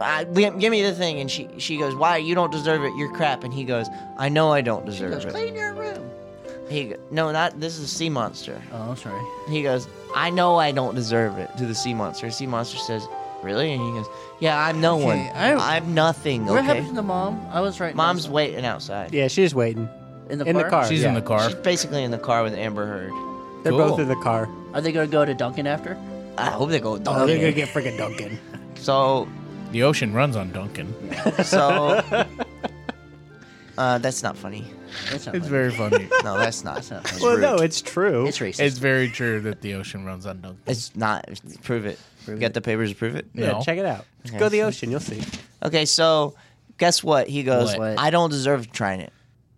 Speaker 2: I, gi- "Give me the thing." And she she goes, "Why? You don't deserve it. You're crap." And he goes, "I know I don't deserve it."
Speaker 3: Clean your room.
Speaker 2: He go- no, not this is a sea monster.
Speaker 3: Oh, I'm sorry.
Speaker 2: He goes, I know I don't deserve it to the sea monster. Sea monster says, Really? And he goes, Yeah, I'm no one.
Speaker 3: I-
Speaker 2: I'm nothing.
Speaker 3: What
Speaker 2: Okay.
Speaker 3: happened to the mom? I was right.
Speaker 2: Mom's
Speaker 3: next-
Speaker 2: waiting outside.
Speaker 6: Yeah, she's waiting.
Speaker 3: in the
Speaker 6: in the
Speaker 3: car?
Speaker 2: uh,
Speaker 6: car.
Speaker 4: She's in
Speaker 6: yeah.
Speaker 4: the car.
Speaker 2: She's basically in the car with Amber Heard.
Speaker 6: They're
Speaker 4: Cool.
Speaker 6: both in the car.
Speaker 3: Are they gonna go to Duncan after?
Speaker 2: I hope they go.
Speaker 6: Oh, they're gonna
Speaker 2: Duncan.
Speaker 6: get freaking Duncan.
Speaker 2: So,
Speaker 4: The ocean runs on Duncan.
Speaker 2: so. Uh, that's not funny.
Speaker 3: That's not
Speaker 4: It's
Speaker 3: funny.
Speaker 4: very funny.
Speaker 2: No, that's not.
Speaker 3: That's not funny.
Speaker 6: Well,
Speaker 2: rude.
Speaker 6: no, it's true.
Speaker 3: It's racist.
Speaker 4: it's very true that the ocean runs on Duncan.
Speaker 2: It's not. Prove it. you got the papers to prove it?
Speaker 6: yeah,
Speaker 4: no.
Speaker 6: check it out. Just
Speaker 2: Okay,
Speaker 6: Go to the
Speaker 2: so-
Speaker 6: ocean, you'll see.
Speaker 2: Okay, so guess what? He goes,
Speaker 4: What?
Speaker 2: I don't deserve trying it.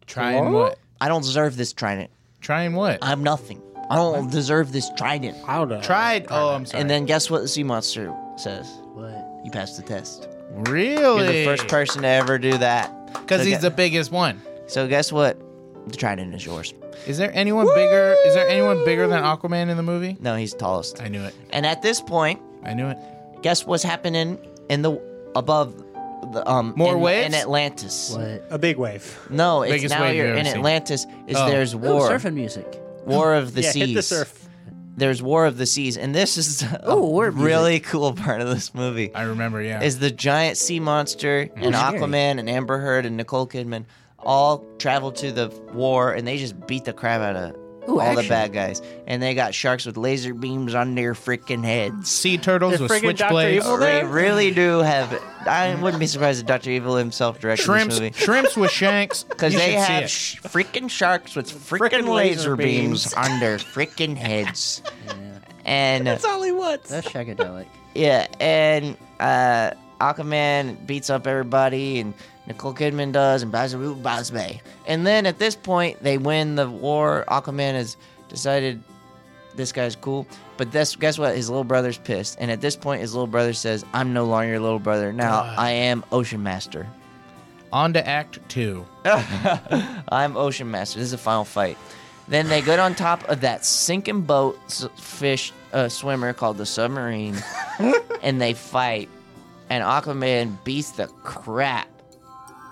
Speaker 4: Trying what?
Speaker 2: I don't deserve this trident.
Speaker 4: Trying what?
Speaker 2: I'm nothing. I don't deserve this trident.
Speaker 6: I don't know.
Speaker 4: Tried. Oh, I'm sorry.
Speaker 2: And then guess what the sea monster says?
Speaker 3: What?
Speaker 2: You passed the test.
Speaker 4: really,
Speaker 2: You're the first person to ever do that.
Speaker 4: because
Speaker 2: so
Speaker 4: he's
Speaker 2: gu-
Speaker 4: the biggest one.
Speaker 2: So guess what? The trident is yours.
Speaker 4: Is there anyone bigger? Is there anyone bigger than Aquaman in the movie?
Speaker 2: No, he's tallest.
Speaker 4: I knew it.
Speaker 2: And at this point,
Speaker 4: I knew it.
Speaker 2: guess what's happening in the above the um
Speaker 4: More
Speaker 2: in,
Speaker 4: waves?
Speaker 2: in Atlantis?
Speaker 3: What?
Speaker 6: A big wave.
Speaker 2: No, it's
Speaker 4: Biggest
Speaker 2: now
Speaker 4: wave
Speaker 2: you're
Speaker 4: you've
Speaker 2: in
Speaker 4: ever seen.
Speaker 2: Atlantis. Is
Speaker 4: Oh.
Speaker 2: there's
Speaker 3: Ooh,
Speaker 2: war,
Speaker 3: surfing music.
Speaker 2: war of the
Speaker 6: yeah,
Speaker 2: seas.
Speaker 6: hit the surf.
Speaker 2: There's war of the seas, and this is a
Speaker 3: Ooh, war music.
Speaker 2: really cool part of this movie.
Speaker 4: I remember. Yeah.
Speaker 2: is the giant sea monster and
Speaker 3: scary.
Speaker 2: Aquaman and Amber Heard and Nicole Kidman all travel to the war and they just beat the crap out of
Speaker 3: Ooh,
Speaker 2: all the
Speaker 3: action.
Speaker 2: bad guys. And they got sharks with laser beams on their freaking heads.
Speaker 4: sea turtles
Speaker 6: The
Speaker 4: with
Speaker 6: friggin' Dr. Evil
Speaker 4: switchblades.
Speaker 6: there?
Speaker 2: They really do have. I wouldn't be surprised if Dr. Evil himself directed
Speaker 4: Shrimps.
Speaker 2: this movie.
Speaker 4: Shrimps with shanks.
Speaker 2: Because
Speaker 4: You
Speaker 2: they
Speaker 4: should see
Speaker 2: have
Speaker 4: it.
Speaker 2: sh- freaking sharks with freaking laser
Speaker 6: laser
Speaker 2: beams
Speaker 6: beams.
Speaker 2: on their freaking heads. And
Speaker 6: That's all he wants.
Speaker 3: That's shagadelic.
Speaker 2: Yeah, and uh, Aquaman beats up everybody, and Nicole Kidman does, and Bazaru Bazbe. And then at this point, they win the war. Aquaman has decided this guy's cool, but this, guess what? His little brother's pissed. And at this point, his little brother says, I'm no longer your little brother. Now I am Ocean Master.
Speaker 4: On to Act Two.
Speaker 2: I'm Ocean Master. This is a final fight. Then they get on top of that sinking boat s- fish uh, swimmer called the submarine, and they fight. And Aquaman beats the crap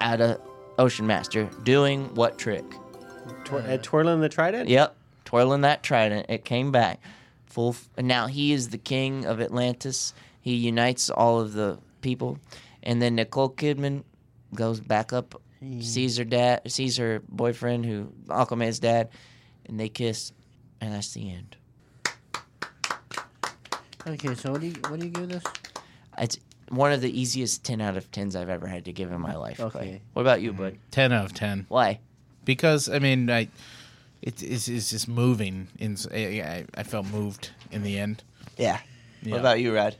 Speaker 2: out of Ocean Master. Doing what trick?
Speaker 6: Twir- uh, twirling the trident?
Speaker 2: Yep, twirling that trident. It came back. Full. F- and now he is the king of Atlantis. He unites all of the people, and then Nicole Kidman goes back up, sees her dad, sees her boyfriend, who Aquaman's dad, and they kiss, and that's the end.
Speaker 3: Okay, so what do you what do you give this?
Speaker 2: It's one of the easiest ten out of tens I've ever had to give in my life. Clay.
Speaker 3: Okay.
Speaker 2: What about you, bud?
Speaker 4: Ten out of ten.
Speaker 2: Why?
Speaker 4: because I mean, I it is it's just moving. In I, I felt moved in the end.
Speaker 2: Yeah.
Speaker 4: Yeah.
Speaker 2: What about you, Rod?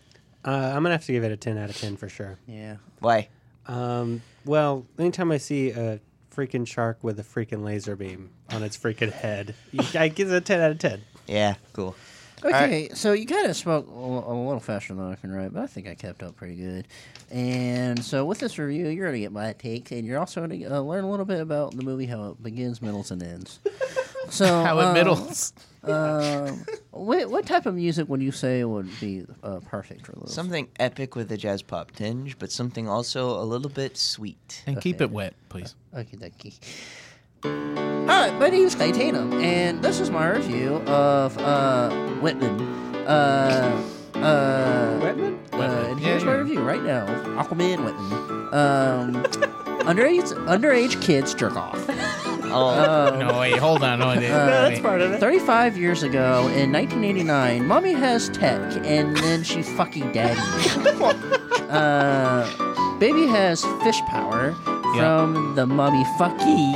Speaker 6: Uh, I'm gonna have to give it a 10 out of 10 for sure.
Speaker 3: Yeah.
Speaker 2: Why?
Speaker 6: Um, well, anytime I see a freaking shark with a freaking laser beam on its freaking head, I give it a 10 out of 10.
Speaker 2: Yeah. Cool.
Speaker 3: Okay, so you kind of spoke a, a little faster than I can write, but I think I kept up pretty good. And so with this review, you're going to get my takes, and you're also going to uh, learn a little bit about the movie, how it begins, middles, and ends. So
Speaker 4: How it
Speaker 6: Uh-huh.
Speaker 3: um,
Speaker 4: middles.
Speaker 3: um, what, what type of music would you say would be uh, perfect for this?
Speaker 2: Something epic with a jazz pop tinge, but something also a little bit sweet.
Speaker 4: And keep it wet, please.
Speaker 3: Okay, dokie. Hi, my name's Clay Tatum, and this is my review of uh, Whitman. Uh, uh,
Speaker 6: Wetman?
Speaker 3: Uh, and
Speaker 4: Yeah,
Speaker 3: here's my
Speaker 4: yeah.
Speaker 3: review right now of Aquaman Whitman. Um, underage, underage kids jerk off.
Speaker 2: Oh,
Speaker 4: no, wait, hold on. Hold on.
Speaker 6: That's part of it.
Speaker 3: 35 years ago in 1989, mommy has tech and then she fucking daddy. uh, baby has fish power from the mommy fucky.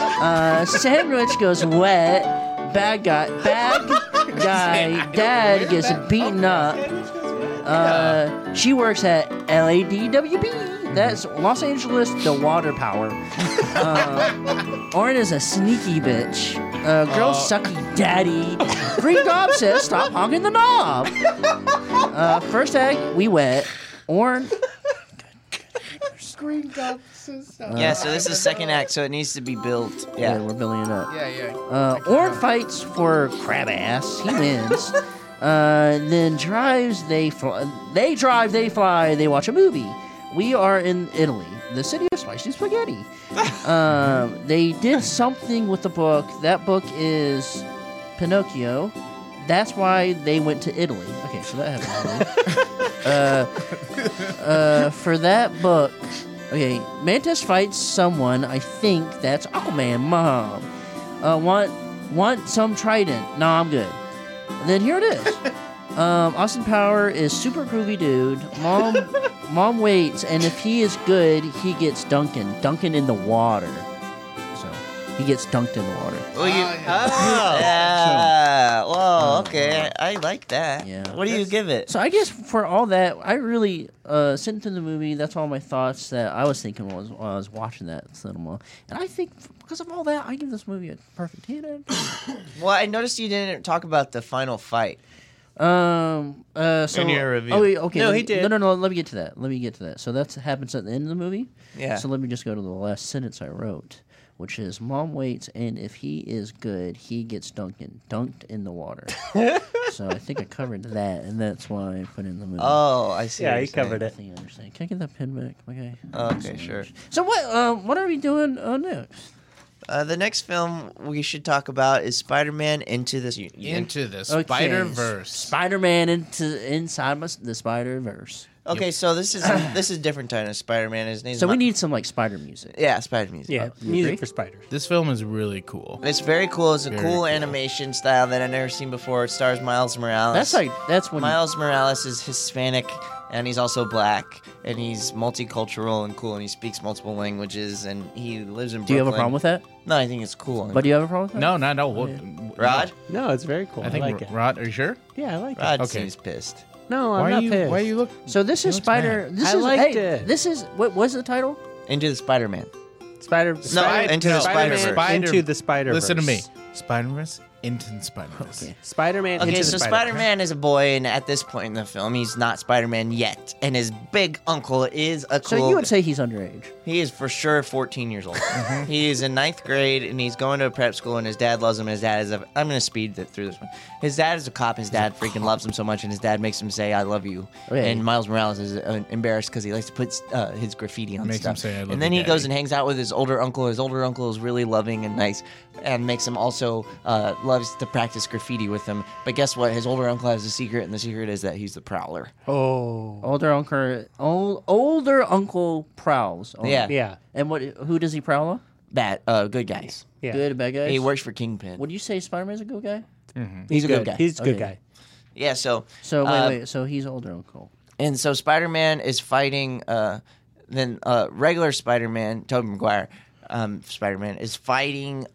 Speaker 3: Uh, sandwich goes wet. Bad guy, bad guy, dad gets beaten up. Uh, she works at LADWP. That's Los Angeles, the water power. Orin is a sneaky bitch. Uh, girl sucky daddy. Free Gob says, stop honking the knob. Uh, first egg, we wet. Orin.
Speaker 2: yeah. So this is second act, so it needs to be built.
Speaker 3: Oh. Yeah,
Speaker 2: Yeah.
Speaker 3: we're building it up.
Speaker 4: yeah, yeah.
Speaker 3: Uh, Orin fights for crab ass. He wins. Uh, then drives, they fly. They drive, they fly, they watch a movie. we are in Italy, the city of spicy spaghetti. um, they did something with the book. That book is Pinocchio. That's why they went to Italy. Okay, so that happened. already. uh, uh, for that book, okay, Mantis fights someone. I think that's Aquaman, Mom. Uh, want want some trident? No, I'm good. And then here it is. Um, Austin Power is super groovy dude. Mom, mom waits, and if he is good, he gets Duncan. Duncan in the water. So he gets dunked in the water.
Speaker 2: Well, you,
Speaker 3: Ah,
Speaker 2: oh, yeah. Whoa, okay. I like that.
Speaker 3: Oh, Yeah.
Speaker 2: What do you give it?
Speaker 3: So I guess for all that, I really uh, sitting through the movie. That's all my thoughts that I was thinking while I was, while I was watching that cinema. And I think f- because of all that, I give this movie a perfect hit.
Speaker 2: Well, I noticed you didn't talk about the final
Speaker 3: Mm.
Speaker 2: fight.
Speaker 3: Um. Uh. So.
Speaker 4: In your review.
Speaker 3: Oh, wait, okay.
Speaker 6: No,
Speaker 3: let
Speaker 6: he
Speaker 3: me-
Speaker 6: did.
Speaker 3: No, no, no. Let me get to that. Let me get to that. So that happens at the end of the movie.
Speaker 2: Yeah.
Speaker 3: So let me just go to the last sentence I wrote, which is, "Mom waits, and if he is good, he gets dunked in, dunked in the water." so I think I covered that, and that's why I put in the movie.
Speaker 2: Oh, I see.
Speaker 6: Yeah,
Speaker 2: what
Speaker 6: he
Speaker 2: you're saying.
Speaker 6: covered
Speaker 3: I
Speaker 6: it.
Speaker 3: think I understand. Can I get that pin back? Okay.
Speaker 2: Okay, sure.
Speaker 3: So what? Um. What are we doing uh, next?
Speaker 2: Uh, the next film we should talk about is Spider-Man Into the
Speaker 4: Into the Spider Verse.
Speaker 3: Spider Man into inside my, the Spider Verse.
Speaker 2: Okay, so this is this is different kind of Spider-Man. His name's
Speaker 3: So we
Speaker 2: Ma-
Speaker 3: need some like Spider music.
Speaker 2: yeah, Spider music.
Speaker 6: Yeah, music for spiders.
Speaker 4: This film is really cool.
Speaker 2: It's very cool. It's a cool, animation style that I've never seen before. It stars Miles Morales.
Speaker 3: That's like that's when
Speaker 2: Miles Morales is Hispanic and he's also black and he's multicultural and cool and he speaks multiple languages and he lives in
Speaker 3: Do you have a problem with that?
Speaker 2: No, I think it's cool.
Speaker 3: But do you have a problem with that?
Speaker 4: No, no, no. Well,
Speaker 2: Rod?
Speaker 6: No, it's very cool.
Speaker 4: I
Speaker 6: I,
Speaker 4: think
Speaker 6: like it.
Speaker 4: Rod. Are you sure?
Speaker 6: Yeah, I like
Speaker 2: Rod
Speaker 4: Okay.
Speaker 2: seems pissed.
Speaker 6: it. No, I'm
Speaker 4: why
Speaker 6: not
Speaker 4: you?
Speaker 6: pissed.
Speaker 4: Why you look?
Speaker 3: So this is
Speaker 4: No, it's
Speaker 3: Spider. This
Speaker 6: I
Speaker 3: is
Speaker 6: liked
Speaker 3: hey,
Speaker 6: it.
Speaker 3: This is what was the title?
Speaker 2: Into the Spider-Man.
Speaker 6: Spider.
Speaker 2: No,
Speaker 6: Spider-
Speaker 2: Into the
Speaker 6: Spider-Man
Speaker 2: Spider-Verse.
Speaker 6: into the Spider.
Speaker 4: Listen to me. Spider Verse. Into the Spider Verse.
Speaker 6: Spider-Man.
Speaker 2: Okay,
Speaker 6: into
Speaker 2: so
Speaker 6: the
Speaker 2: Spider Man is a boy, and at this point in the film, he's not Spider Man yet, and his big uncle is a
Speaker 3: So
Speaker 2: cool.
Speaker 3: you would say he's underage.
Speaker 2: he is for sure 14 years old.
Speaker 4: Mm-hmm.
Speaker 2: he is in ninth grade, and he's going to a prep school, and his dad loves him. And his dad is a. I'm going to speed th- through this one. His dad is a cop. and His dad freaking loves him so much, and his dad makes him say, "I love you."
Speaker 3: Right.
Speaker 2: And Miles Morales is uh, embarrassed because he likes to put uh, his graffiti on
Speaker 4: Makes
Speaker 2: stuff.
Speaker 4: him say, "I love
Speaker 2: and then
Speaker 4: you,
Speaker 2: he goes and
Speaker 4: Daddy."
Speaker 2: hangs out with his older uncle. His older uncle is really loving and nice, and makes him also uh, loves to practice graffiti with him. But guess what? His older uncle has a secret, and the secret is that he's the Prowler.
Speaker 4: Oh.
Speaker 3: Older uncle, old, older uncle prowls. Oh,
Speaker 2: Yeah,
Speaker 6: Yeah.
Speaker 3: And what? Who does he prowl? on?
Speaker 2: Bad, uh, good guys.
Speaker 6: Yeah.
Speaker 3: Good, bad guys.
Speaker 2: He works for Kingpin.
Speaker 3: Would you say Spider Man's a good guy?
Speaker 2: he's a good guy.
Speaker 6: He's a good
Speaker 3: Okay.
Speaker 6: guy.
Speaker 2: yeah, so
Speaker 3: So wait,
Speaker 2: uh,
Speaker 3: wait. So he's older uncle.
Speaker 2: and so Spider-Man is fighting uh then uh regular Spider-Man, Tobey Maguire, um Spider-Man is fighting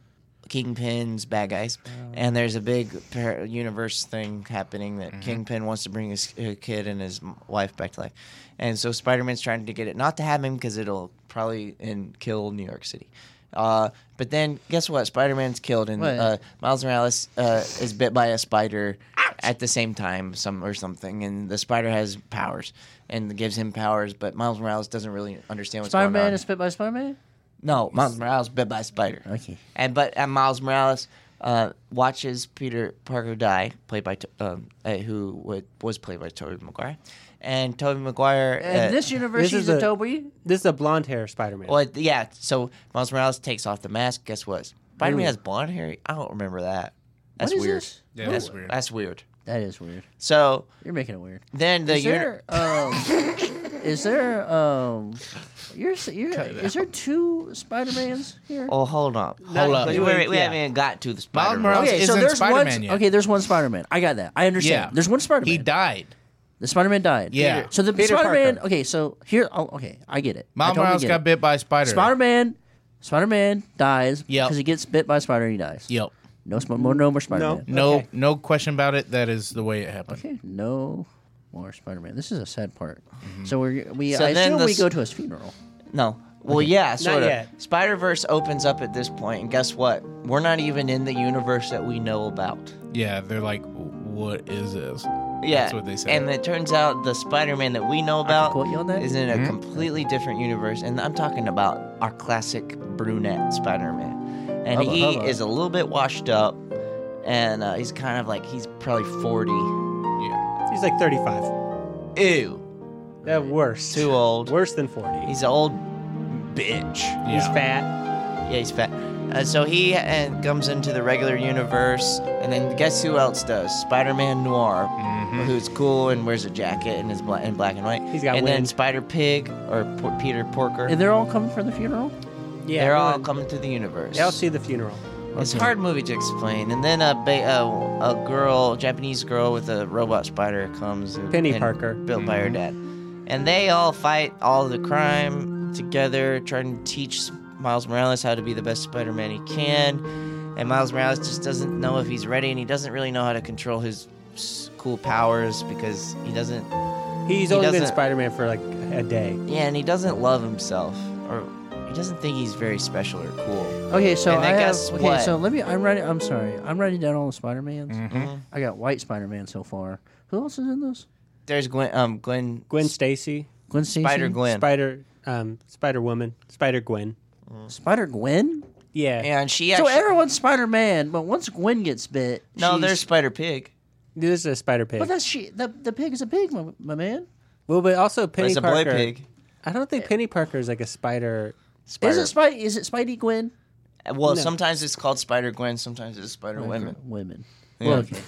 Speaker 2: Kingpin's bad guys, and there's a big par- universe thing happening that Kingpin wants to bring his uh, kid and his m- wife back to life, and so Spider-Man's trying to get it not to have him because it'll probably and kill New York City. Uh, but then guess what? Spider-Man's killed, and
Speaker 3: What?
Speaker 2: uh, Miles Morales uh, is bit by a spider at the same time, some or something, and the spider has powers and gives him powers, but Miles Morales doesn't really understand what's
Speaker 3: Spider
Speaker 2: going on.
Speaker 3: Man is bit by Spider Man.
Speaker 2: No, Miles Morales bit by a spider.
Speaker 3: Okay.
Speaker 2: And but and Miles Morales uh, watches Peter Parker die, played by To- um, uh, who wa- was played by Tobey Maguire, and Tobey Maguire.
Speaker 3: And
Speaker 2: uh,
Speaker 3: this universe,
Speaker 6: this
Speaker 3: he's
Speaker 6: is
Speaker 3: a
Speaker 6: a-
Speaker 3: Toby.
Speaker 6: This is a blonde hair Spider-Man.
Speaker 2: well, yeah. So Miles Morales takes off the mask. Guess what? Spider Man has blonde hair. I don't remember that. That's
Speaker 3: What is
Speaker 2: weird.
Speaker 3: this?
Speaker 4: Yeah, that's weird.
Speaker 2: That's weird.
Speaker 3: That is weird.
Speaker 2: So
Speaker 3: You're making it weird.
Speaker 2: then the
Speaker 3: Is
Speaker 2: uni-
Speaker 3: there, um, is there um, you're, s- you're, is there two Spider Mans here?
Speaker 2: Oh, hold on.
Speaker 4: Hold up.
Speaker 2: Wait, wait, wait, we haven't even got to the Spider
Speaker 4: Morales-
Speaker 2: Man.
Speaker 3: Okay, so
Speaker 4: Isn't
Speaker 3: there's one.
Speaker 4: Spider-Man yet?
Speaker 3: Okay, there's one Spider-Man. I got that. I understand.
Speaker 4: Yeah.
Speaker 3: There's one Spider-Man.
Speaker 4: He died.
Speaker 3: The Spider-Man died.
Speaker 4: Yeah.
Speaker 3: So the
Speaker 6: Peter
Speaker 3: Spider-Man.
Speaker 6: Parker.
Speaker 3: Okay, so here. Oh, okay, I get it. I
Speaker 4: Miles
Speaker 3: totally
Speaker 4: Morales
Speaker 3: get
Speaker 4: got
Speaker 3: it.
Speaker 4: bit by a spider.
Speaker 3: Spider-Man. Spider-Man dies
Speaker 4: Yep.
Speaker 3: because he gets bit by a spider and he dies.
Speaker 4: Yep.
Speaker 3: No, sp- more, no more Spider-Man.
Speaker 4: No, no question about it. That is the way it happened.
Speaker 3: Okay, no more Spider-Man. This is a sad part. So we're, we
Speaker 2: Mm-hmm. So
Speaker 3: I
Speaker 2: then
Speaker 3: assume
Speaker 2: the
Speaker 3: we
Speaker 2: s-
Speaker 3: go to his funeral.
Speaker 2: No. Well, yeah, sort
Speaker 6: yet.
Speaker 2: of. Spider Verse opens up at this point, and guess what? We're not even in the universe that we know about.
Speaker 4: Yeah, they're like, what is this?
Speaker 2: Yeah.
Speaker 4: That's what they said.
Speaker 2: And it turns out the Spider Man that we know about
Speaker 3: quote you on that?
Speaker 2: is in a completely different universe. And I'm talking about our classic brunette Spider Man. And
Speaker 3: Hubba,
Speaker 2: he
Speaker 3: hubba.
Speaker 2: is a little bit washed up, and uh, he's kind of like, he's probably 40.
Speaker 4: yeah.
Speaker 6: He's like 35.
Speaker 2: Ew.
Speaker 6: Yeah, Uh, worse.
Speaker 2: Too old.
Speaker 6: Worse than 40. He's,
Speaker 2: He's an old bitch.
Speaker 4: Yeah.
Speaker 6: fat.
Speaker 2: Yeah, he's fat. Uh, so he uh, comes into the regular universe, and then guess who else does? Spider-Man Noir, who's cool and wears a jacket and is bla- in black and white.
Speaker 6: Mm-hmm. He's got
Speaker 2: And then
Speaker 6: wind.
Speaker 2: Spider Pig or P- Peter Porker.
Speaker 3: And they're all coming for the funeral?
Speaker 6: Yeah,
Speaker 2: They're all
Speaker 6: everyone-
Speaker 2: coming to the universe.
Speaker 6: They all see the funeral.
Speaker 2: It's a hard movie to explain. And then a ba- a, a girl, Japanese girl with a robot spider comes. and-
Speaker 6: Penny
Speaker 2: and
Speaker 6: Parker.
Speaker 2: Built by her dad. And they all fight all the crime together, trying to teach Miles Morales how to be the best Spider Man he can. And Miles Morales just doesn't know if he's ready, and he doesn't really know how to control his s- cool powers because he doesn't.
Speaker 6: He's
Speaker 2: He
Speaker 6: only been
Speaker 2: doesn't-
Speaker 6: Spider Man for like a day.
Speaker 2: Yeah, and he doesn't love himself, or he doesn't think he's very special or cool.
Speaker 3: Okay, so
Speaker 2: And
Speaker 3: I
Speaker 2: then
Speaker 3: have,
Speaker 2: guess
Speaker 3: okay,
Speaker 2: what? Mm-hmm.
Speaker 3: so let me. I'm writing. I'm sorry. I'm writing down all the Spider Mans. I got White Spider Man so far. Who else is in this?
Speaker 2: There's Gwen. Um, Gwen.
Speaker 6: Gwen Stacy,
Speaker 3: Gwen Stacy.
Speaker 2: Spider Gwen.
Speaker 6: Spider um, Spider Woman, Spider Gwen.
Speaker 3: Spider Gwen.
Speaker 6: Yeah.
Speaker 2: and she
Speaker 3: So
Speaker 2: actually.
Speaker 3: everyone's Spider Man, but once Gwen gets bit,
Speaker 2: no,
Speaker 3: she's-
Speaker 2: there's Spider Pig.
Speaker 6: This is a spider pig.
Speaker 3: But that's she. The, the pig is a pig, my, my man.
Speaker 6: well, but also Penny
Speaker 2: There's a boy
Speaker 6: Parker.
Speaker 2: pig.
Speaker 6: I don't think Penny Parker is like a spider.
Speaker 3: Is it Spidey? Is it Spidey Gwen?
Speaker 2: Well, sometimes it's called Spider Gwen, sometimes it's Spider Women.
Speaker 3: Women.
Speaker 2: Yeah.
Speaker 3: Well, okay.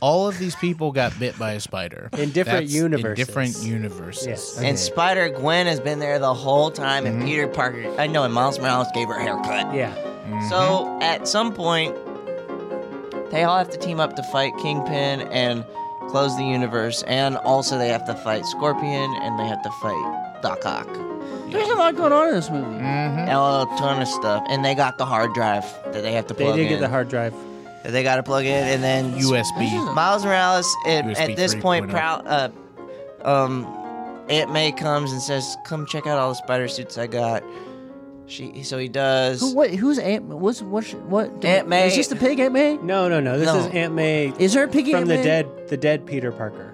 Speaker 4: All of these people got bit by a spider
Speaker 6: In different
Speaker 4: That's
Speaker 6: universes.
Speaker 4: In different universes.
Speaker 6: Yes.
Speaker 2: And Spider Gwen has been there the whole time, and Peter Parker, I know, and Miles Morales gave her a haircut.
Speaker 6: Mm-hmm. Yeah. Mm-hmm.
Speaker 2: So at some point, they all have to team up to fight Kingpin and close the universe, and also they have to fight Scorpion and they have to fight Doc Ock.
Speaker 6: Mm-hmm.
Speaker 3: There's a lot going on in this movie.
Speaker 2: A ton of stuff, and they got the hard drive that they have to
Speaker 6: They
Speaker 2: plug
Speaker 6: did
Speaker 2: in.
Speaker 6: get the hard drive.
Speaker 2: that they got to plug in, and then
Speaker 4: USB.
Speaker 2: Miles Morales at,
Speaker 4: USB
Speaker 2: at this point,
Speaker 4: 3.0.
Speaker 2: proud. Uh, um, Aunt May comes and says, "Come check out all the spider suits I got." She so he does.
Speaker 3: Who, what? Who's Aunt? What's what? What?
Speaker 2: Aunt May.
Speaker 3: Is this the pig Aunt May?
Speaker 6: No, no, no. This
Speaker 2: No.
Speaker 6: is Aunt May
Speaker 3: Is there a pig
Speaker 6: from
Speaker 3: Aunt
Speaker 6: the
Speaker 3: May?
Speaker 6: dead the dead Peter Parker.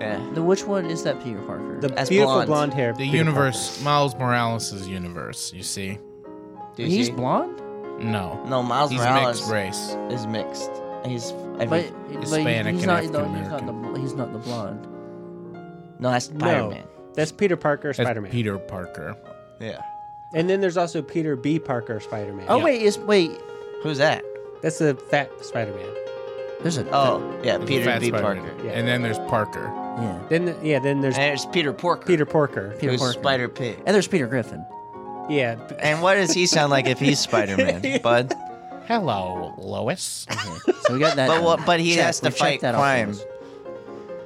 Speaker 2: Yeah.
Speaker 3: The which one is that Peter Parker?
Speaker 6: The
Speaker 2: That's
Speaker 6: beautiful
Speaker 2: blonde.
Speaker 6: blonde, hair.
Speaker 4: The
Speaker 6: Peter
Speaker 4: universe, Miles Morales' universe, you see?
Speaker 2: Do you
Speaker 3: he's
Speaker 2: see?
Speaker 3: blonde,
Speaker 4: No.
Speaker 2: No, Miles
Speaker 4: He's
Speaker 2: Morales
Speaker 4: mixed race.
Speaker 2: is mixed. He's
Speaker 3: but,
Speaker 2: every,
Speaker 3: but
Speaker 4: Hispanic
Speaker 3: he's
Speaker 4: and
Speaker 3: not. No, he's not
Speaker 4: African-American.
Speaker 3: the. He's not the blonde.
Speaker 2: no, that's
Speaker 6: Parker.
Speaker 2: Spider Man.
Speaker 6: No, that's Peter Parker,
Speaker 4: That's
Speaker 6: Spider Man.
Speaker 4: Peter Parker.
Speaker 2: Yeah.
Speaker 6: And then there's also Peter B. Parker, Spider Man.
Speaker 3: Oh
Speaker 4: Yeah.
Speaker 3: wait, is wait.
Speaker 2: Who's that?
Speaker 6: That's the fat Spider Man.
Speaker 3: There's a.
Speaker 2: Oh, yeah,
Speaker 4: There's a
Speaker 2: Peter
Speaker 4: fat
Speaker 2: B.
Speaker 4: Spider-Man.
Speaker 2: Parker.
Speaker 6: Yeah.
Speaker 4: And then there's Parker.
Speaker 3: yeah.
Speaker 6: Then the, yeah, then there's
Speaker 2: And there's Peter Porker.
Speaker 6: Peter Parker.
Speaker 3: Peter
Speaker 2: who's
Speaker 3: Parker.
Speaker 2: Spider Pig.
Speaker 3: And there's Peter Griffin.
Speaker 6: Yeah.
Speaker 2: And what does he sound like if he's Spider Man, bud?
Speaker 4: Hello, Lois.
Speaker 3: Okay, so we got that.
Speaker 2: But
Speaker 3: done.
Speaker 2: what? But he
Speaker 3: Check,
Speaker 2: has to
Speaker 3: we checked
Speaker 2: fight
Speaker 3: that off the
Speaker 2: crime.
Speaker 3: list.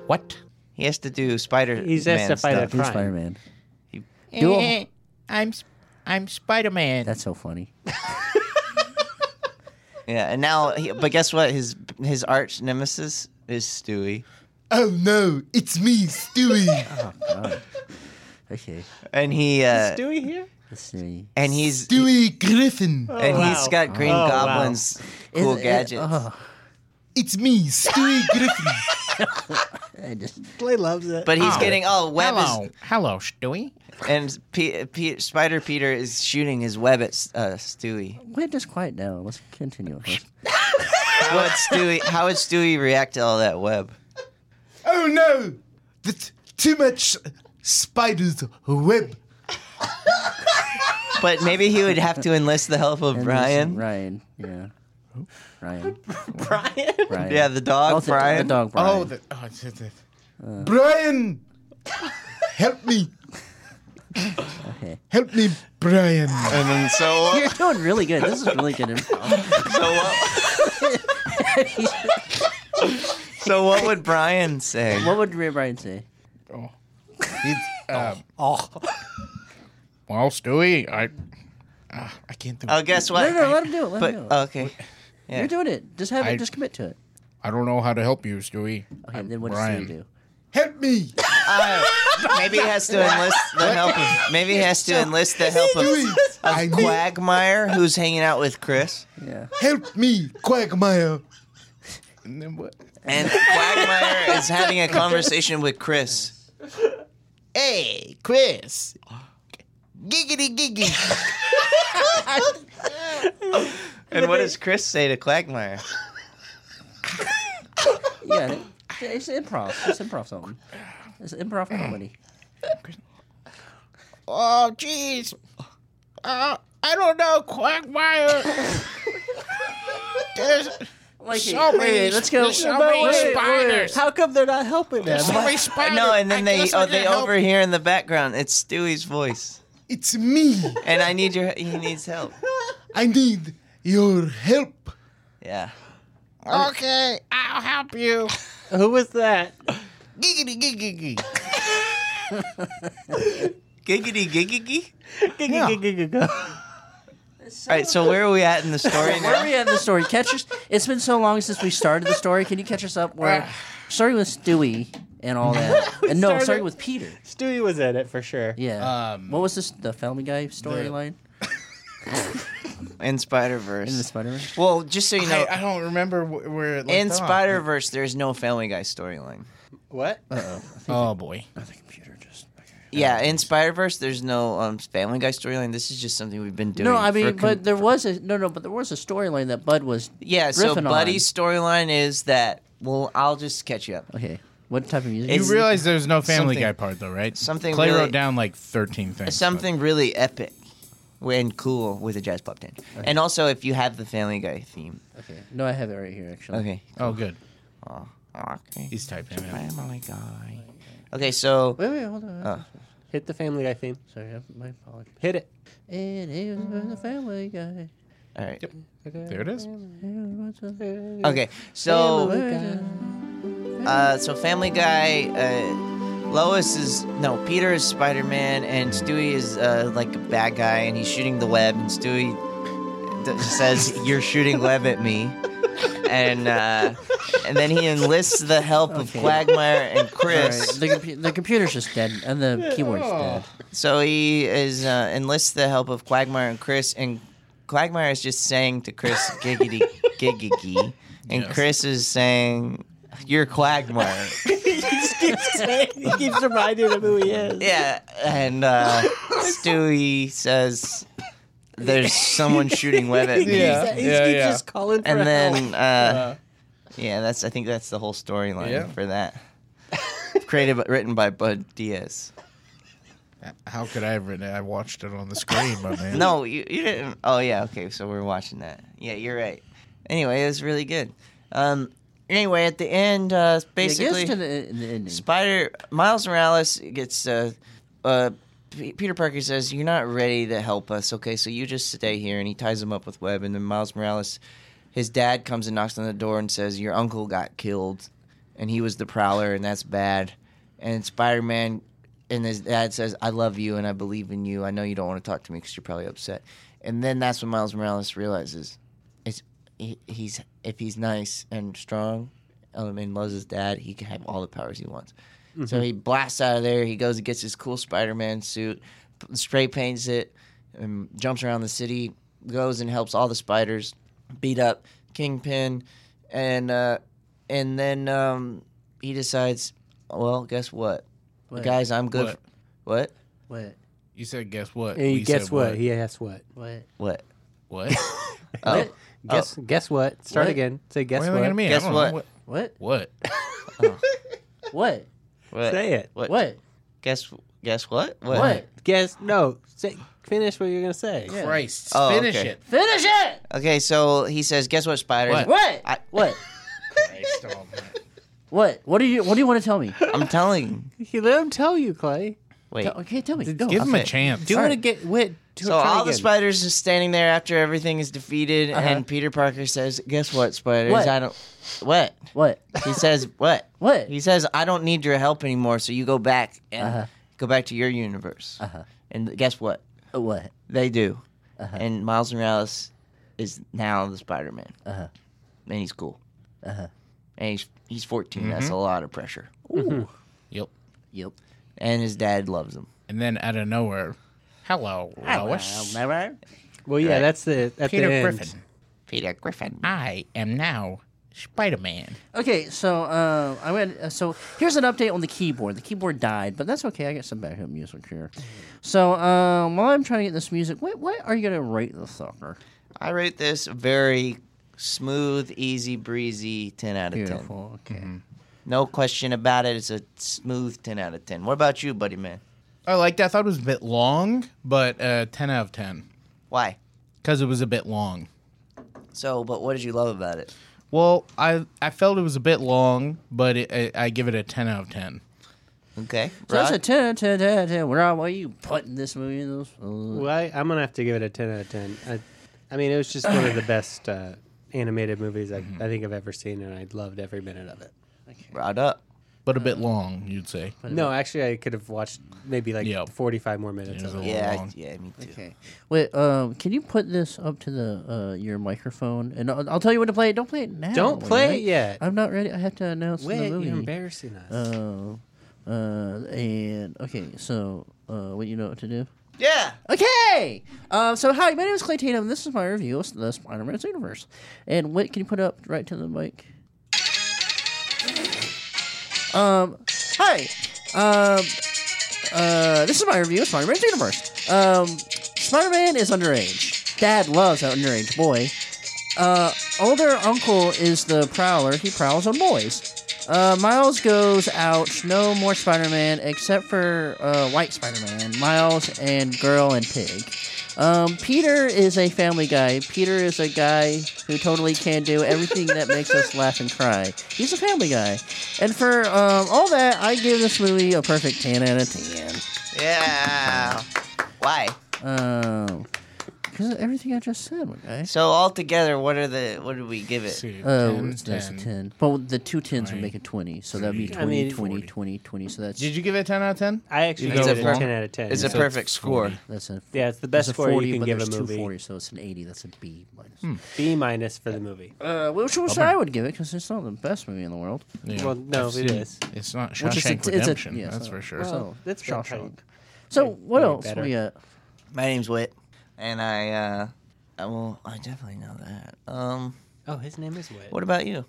Speaker 4: what?
Speaker 2: He has to do Spider.
Speaker 6: He has to fight a
Speaker 2: stuff.
Speaker 3: He's
Speaker 6: crime.
Speaker 3: Spider-Man. Duel.
Speaker 4: I'm I'm Spider-Man.
Speaker 3: That's so funny.
Speaker 2: Yeah, and now, he, but guess what? His his arch nemesis is Stewie,
Speaker 4: Oh no, it's me, Stewie.
Speaker 3: Okay,
Speaker 2: and he uh,
Speaker 6: Stewie here?
Speaker 3: let's see.
Speaker 2: and he's
Speaker 4: Stewie Griffin.
Speaker 2: and
Speaker 6: wow.
Speaker 2: he's got Green
Speaker 6: Oh, wow.
Speaker 2: Goblin's cool
Speaker 3: Is it-
Speaker 2: gadgets.
Speaker 3: oh,
Speaker 4: It's me, Stewie Griffin.
Speaker 3: I just-
Speaker 6: Clay loves it.
Speaker 2: but he's
Speaker 4: Oh.
Speaker 2: getting all web
Speaker 4: Hello, hello, Stewie.
Speaker 2: is, and P, P, Spider Peter is shooting his web at S- uh, Stewie.
Speaker 3: we're just quiet now. Let's continue. Let's-
Speaker 2: How would Stewie How would Stewie react to all that web?
Speaker 9: Oh no! That's too much spider's web.
Speaker 2: But maybe he would have to enlist the help of
Speaker 3: and
Speaker 2: Brian.
Speaker 3: there's Ryan. Yeah. Ryan. Brian.
Speaker 2: Yeah, the dog
Speaker 3: Oh, the,
Speaker 2: Brian.
Speaker 3: The dog Brian.
Speaker 4: Oh, the, oh it's- it's- it's-
Speaker 9: Brian! Help me!
Speaker 3: Okay.
Speaker 9: Help me, Brian!
Speaker 2: And then so what?
Speaker 3: You're doing really good. This is really good improv.
Speaker 2: So what? so what would Brian say?
Speaker 3: What would Ray Brian say?
Speaker 4: well, Stewie, I ah, I can't do.
Speaker 2: Oh,
Speaker 4: it.
Speaker 2: guess
Speaker 3: No,
Speaker 2: what?
Speaker 3: no, no, let him do it. Let
Speaker 2: But uh,
Speaker 3: him do it.
Speaker 2: okay,
Speaker 3: You're doing it. Just have
Speaker 4: I-
Speaker 3: it. Just commit to it.
Speaker 4: I don't know how to help you, Stewie.
Speaker 3: Okay, then what
Speaker 4: Brian.
Speaker 3: does he do?
Speaker 9: Help me!
Speaker 2: maybe he has to enlist the help of maybe he has to enlist the help of,
Speaker 9: I
Speaker 2: of
Speaker 9: need,
Speaker 2: Quagmire, who's hanging out with Chris,
Speaker 3: Yeah.
Speaker 9: help me, Quagmire!
Speaker 4: And then what?
Speaker 2: and Quagmire is having a conversation with Chris.
Speaker 4: Hey, Chris.
Speaker 2: Giggity giggy. and what does Chris say to Quagmire?
Speaker 3: Yeah. It's improv. It's improv something. It's improv comedy.
Speaker 4: Oh, jeez. Uh, I don't know, Quagmire. There's
Speaker 3: Like,
Speaker 4: so many.
Speaker 3: wait, let's go.
Speaker 4: there's so many
Speaker 3: Wait, wait.
Speaker 4: spiders.
Speaker 2: How come they're not helping him?
Speaker 4: There's so many spiders.
Speaker 2: No, and then
Speaker 4: I
Speaker 2: they
Speaker 4: guess I
Speaker 2: oh, they
Speaker 4: can help.
Speaker 2: overhear in the background. It's Stewie's voice,
Speaker 9: It's me.
Speaker 2: and I need your. He needs help.
Speaker 9: I need your help.
Speaker 2: Yeah.
Speaker 4: Okay, I'll help you.
Speaker 6: Who was that?
Speaker 4: Giggity giggity.
Speaker 2: Giggity giggity.
Speaker 6: Go-go-go-go-go.
Speaker 2: All right, so where are we at in the story
Speaker 3: Where are
Speaker 2: now?
Speaker 3: we at in the story? Catch us. It's been so long since we started the story. Can you catch us up? We're starting with Stewie and all that. and no,
Speaker 6: started-
Speaker 3: starting with Peter.
Speaker 6: Stewie was in it for sure.
Speaker 3: Yeah.
Speaker 4: Um,
Speaker 3: what was this? The Family Guy storyline
Speaker 2: In Spider
Speaker 3: in the
Speaker 2: Verse.
Speaker 3: Spider Man.
Speaker 2: Well, just so you know,
Speaker 4: I, I don't remember wh- where. It
Speaker 2: in
Speaker 4: left off.
Speaker 2: Spider Verse, there's no Family Guy storyline.
Speaker 6: What?
Speaker 4: Oh boy.
Speaker 2: Yeah, in Spider Verse, there's no um, Family Guy storyline. This is just something we've been doing.
Speaker 3: No, I
Speaker 2: for
Speaker 3: mean,
Speaker 2: con-
Speaker 3: but there was a no, no, but there was a storyline that Bud was.
Speaker 2: yeah. So
Speaker 3: riffing on.
Speaker 2: Buddy's storyline is that. Well, I'll just catch you up.
Speaker 3: Okay, what type of music?
Speaker 2: It's-
Speaker 3: is
Speaker 4: You realize there's no Family
Speaker 2: something-
Speaker 4: Guy part though, right?
Speaker 2: something
Speaker 4: Clay
Speaker 2: really-
Speaker 4: wrote down like 13 things. but-
Speaker 2: Something really epic and cool with a jazz pop band, and also if you have the Family Guy theme.
Speaker 3: it? Okay, no, I have it right here actually.
Speaker 2: Okay.
Speaker 4: Oh, good.
Speaker 2: Okay.
Speaker 4: He's typing it.
Speaker 2: Family Guy. Okay, so
Speaker 3: Wait, wait, hold on.
Speaker 6: Hit the Family Guy theme.
Speaker 3: Ah. Sorry, I- my apologies.
Speaker 6: Hit it.
Speaker 3: And he was with the Family Guy.
Speaker 2: all right.
Speaker 4: There it is.
Speaker 2: Okay,
Speaker 6: Oh,
Speaker 2: so uh, so Family Guy, uh, Lois is no Peter is Spider Man, and Stewie is uh, like a bad guy, and he's shooting the web, and Stewie d- says, "You're shooting web at me," and uh, and then he enlists the help of
Speaker 3: Okay.
Speaker 2: Quagmire and
Speaker 3: All right,
Speaker 2: Chris.
Speaker 3: the, compu- the computer's just dead and the keyboard's dead.
Speaker 2: So he is uh, enlists the help of Quagmire and Chris, and Quagmire is just saying to Chris, "Giggity, giggity," and
Speaker 4: Yes.
Speaker 2: Chris is saying, "You're Quagmire."
Speaker 6: he keeps reminding him who he is.
Speaker 2: yeah, and uh, Stewie says, "There's someone shooting web at me,"
Speaker 4: Yeah.
Speaker 6: He
Speaker 4: Yeah,
Speaker 6: keeps
Speaker 4: yeah.
Speaker 6: just calling for
Speaker 2: and
Speaker 6: help.
Speaker 2: then uh, yeah, that's I think that's the whole storyline
Speaker 4: Yeah.
Speaker 2: for that. Created, written by Bud Diaz.
Speaker 4: How could I have written it? I watched it on the screen, my man.
Speaker 2: No, you, you didn't. Oh yeah, okay. So we're watching that. Yeah, you're right. Anyway, it was really good. Um, anyway, at the end, uh,
Speaker 3: Basically,
Speaker 2: basically,
Speaker 3: to the, the ending.
Speaker 2: Spider Miles Morales gets. Uh, uh, P- Peter Parker says, "You're not ready to help us, okay? So you just stay here." And he ties him up with web. And then Miles Morales, his dad comes and knocks on the door and says, "Your uncle got killed, and he was the Prowler, and that's bad." And Spider Man and his dad says, "I love you and I believe in you. I know you don't want to talk to me because you're probably upset." And then that's when Miles Morales realizes, it's he, he's if he's nice and strong, um, and loves his dad, he can have all the powers he wants. So he blasts out of there. He goes and gets his cool Spider-Man suit, p- spray paints it, and jumps around the city. Goes and helps all the spiders beat up Kingpin, and uh, and then um, he decides, well, guess what?
Speaker 3: What?
Speaker 2: Guys, I'm good.
Speaker 4: What?
Speaker 2: f- What?
Speaker 3: What?
Speaker 4: You said, guess what?
Speaker 6: And
Speaker 4: We
Speaker 6: guess
Speaker 4: said,
Speaker 6: what? He asked what.
Speaker 3: What?
Speaker 2: What?
Speaker 4: What?
Speaker 2: Oh,
Speaker 6: Guess guess what? Start
Speaker 3: What?
Speaker 6: again. Say guess
Speaker 4: What are
Speaker 6: what.
Speaker 4: they gonna mean? I
Speaker 2: Guess
Speaker 4: don't
Speaker 2: what?
Speaker 4: Know. what?
Speaker 3: What?
Speaker 4: What?
Speaker 3: What?
Speaker 2: what?
Speaker 6: Say it.
Speaker 2: What?
Speaker 3: What?
Speaker 2: Guess guess what? What?
Speaker 3: What?
Speaker 6: Guess no. Say finish what you're gonna say.
Speaker 3: Yeah.
Speaker 4: Christ!
Speaker 2: Oh,
Speaker 4: finish
Speaker 2: okay.
Speaker 4: it.
Speaker 3: Finish it!
Speaker 2: Okay, so he says, guess what, spiders?
Speaker 4: What?
Speaker 3: What?
Speaker 2: I-
Speaker 3: what?
Speaker 4: Christ almighty.
Speaker 3: What? What do you? What do you want to tell me?
Speaker 2: I'm telling. you.
Speaker 6: He let him tell you, Clay.
Speaker 2: Wait.
Speaker 3: Tell- okay, tell me. Go.
Speaker 4: Give him a
Speaker 2: Okay.
Speaker 4: chance.
Speaker 6: Do you want to get wit? do-
Speaker 2: So
Speaker 6: try
Speaker 2: all the
Speaker 6: again.
Speaker 2: spiders are standing there after everything is defeated, and Peter Parker says, "Guess what, spiders?
Speaker 3: What?
Speaker 2: I don't. What?
Speaker 3: What?
Speaker 2: He says, "What?
Speaker 3: What?
Speaker 2: He says, "I don't need your help anymore. So you go back and go back to your universe. And guess what?
Speaker 3: Uh, What?
Speaker 2: They do. And Miles Morales is now the Spider Man. And he's cool. And he's he's 14. That's a lot of pressure.
Speaker 4: Yep.
Speaker 3: Yep.
Speaker 2: And his dad loves him.
Speaker 4: And then out of nowhere, hello, Lois.
Speaker 6: Well, yeah, that's the at
Speaker 4: Peter
Speaker 6: the end.
Speaker 4: Griffin.
Speaker 2: Peter Griffin.
Speaker 4: I am now Spider Man.
Speaker 3: Okay, so uh, I went. Uh, so here's an update on the keyboard. The keyboard died, but that's okay. I got some backup music here. So um, while I'm trying to get this music, what what are you gonna rate the sucker?
Speaker 2: I rate this very smooth, easy, breezy 10 out of 10.
Speaker 6: Mm-hmm.
Speaker 3: Beautiful. Okay.
Speaker 2: No question about it. It's a smooth 10 out of 10. What about you, buddy man?
Speaker 4: I liked. it. I thought it was a bit long, but uh, ten out of ten
Speaker 2: Why?
Speaker 4: because it was a bit long.
Speaker 2: So, but what did you love about it?
Speaker 4: Well, I I felt it was a bit long, but it, I, I give it a ten out of ten.
Speaker 2: Okay.
Speaker 3: So that's a
Speaker 2: Rod?
Speaker 3: 10, 10, 10, 10. Where are, why are you putting this movie in those? Uh,
Speaker 6: Well, I, I'm gonna have to give it a ten out of ten. I, I mean, it was just one of the best uh, animated movies I, I think I've ever seen, and I loved every minute of it.
Speaker 2: Rod up.
Speaker 4: But a bit long, you'd say.
Speaker 6: No, actually, I could have watched maybe like
Speaker 4: Yep.
Speaker 6: 45 more minutes.
Speaker 4: It was
Speaker 6: Of
Speaker 4: a
Speaker 6: it.
Speaker 4: little
Speaker 2: Yeah, I-
Speaker 4: long.
Speaker 2: yeah, me too.
Speaker 3: Okay. Wait, um, can you put this up to the uh, your microphone? And I'll, I'll tell you when to play it. Don't play it now.
Speaker 6: Don't play
Speaker 3: alright?
Speaker 6: it yet.
Speaker 3: I'm not ready. I have to announce
Speaker 6: Wait,
Speaker 3: the movie.
Speaker 6: you're embarrassing us.
Speaker 3: Oh, uh, and okay, so uh, what you know what to do?
Speaker 2: Yeah.
Speaker 3: Okay. Uh, so hi, my name is Clay Tatum. and This is my review of the Spider-Man's universe. And what can you put up right to the mic? Um, hi. Um, uh, this is my review of Spider-Man's universe. Um, Spider-Man is underage. Dad loves an underage boy. Uh, older uncle is the prowler. He prowls on boys. Uh, Miles goes out. No more Spider-Man except for uh, White Spider-Man, Miles, and Girl and Pig. Um, Peter is a family guy. Peter is a guy who totally can do everything that makes us laugh and cry. He's a family guy. And for um, all that, I give this movie a perfect 10 out of 10.
Speaker 2: Yeah. Why?
Speaker 3: Um, because of everything I just said, my guy.
Speaker 2: So altogether, what are the what did we give it?
Speaker 4: See,
Speaker 3: Oh,
Speaker 4: 10,
Speaker 3: it's that's
Speaker 4: 10.
Speaker 3: a 10. But the two tens would make it 20. So that would be 20,
Speaker 6: mean,
Speaker 3: 20, 20, 20. So that's,
Speaker 4: Did you give it a ten out of ten?
Speaker 6: I actually
Speaker 4: go
Speaker 6: gave it a
Speaker 2: long?
Speaker 6: 10 out of 10.
Speaker 2: It's a
Speaker 6: So-
Speaker 2: perfect score.
Speaker 3: that's a.
Speaker 6: yeah, it's the
Speaker 3: that's
Speaker 6: best score you can
Speaker 3: but
Speaker 6: give a
Speaker 3: there's two
Speaker 6: movie. Hmm.
Speaker 3: 40, so it's an 80. That's a B minus.
Speaker 6: B minus for the movie.
Speaker 3: Uh, which, which I would give it because it's not the best movie in the world.
Speaker 4: Yeah.
Speaker 6: Well, no,
Speaker 4: I've
Speaker 6: it
Speaker 4: seen-
Speaker 6: is.
Speaker 4: It's not
Speaker 3: Well, just a-
Speaker 4: Shawshank
Speaker 3: it's a-
Speaker 4: Redemption.
Speaker 3: yeah,
Speaker 4: that's
Speaker 3: so-
Speaker 4: for sure.
Speaker 6: Well, that's been
Speaker 3: Shawshank.
Speaker 6: kind-
Speaker 3: So
Speaker 6: like,
Speaker 3: what
Speaker 6: way
Speaker 3: else
Speaker 6: better.
Speaker 3: we uh, got?
Speaker 2: My name's Whit, and I uh, I will I definitely know that. Um,
Speaker 6: Oh, his name is Whit.
Speaker 2: what about you?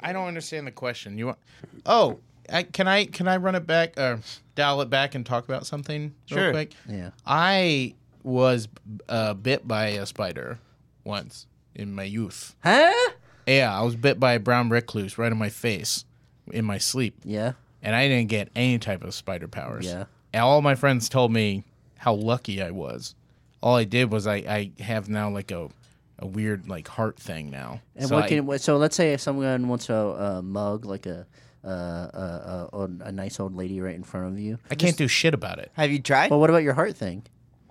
Speaker 4: I don't understand the question. You want? Oh, I, can I can I run it back or dial it back and talk about something
Speaker 2: Sure.
Speaker 4: real quick?
Speaker 3: Yeah.
Speaker 4: I was uh, bit by a spider once in my youth.
Speaker 3: Huh?
Speaker 4: Yeah, I was bit by a brown recluse right in my face in my sleep,
Speaker 3: Yeah.
Speaker 4: and I didn't get any type of spider powers.
Speaker 3: Yeah.
Speaker 4: And all my friends told me how lucky I was. All I did was I, I have now like a a weird like heart thing now.
Speaker 3: And
Speaker 4: So
Speaker 3: what
Speaker 4: I-
Speaker 3: can what- so let's say if someone wants to uh, mug like a uh, uh, uh, a nice old lady right in front of you.
Speaker 4: I can't do shit about it.
Speaker 2: Have you tried?
Speaker 3: Well, what about your heart thing?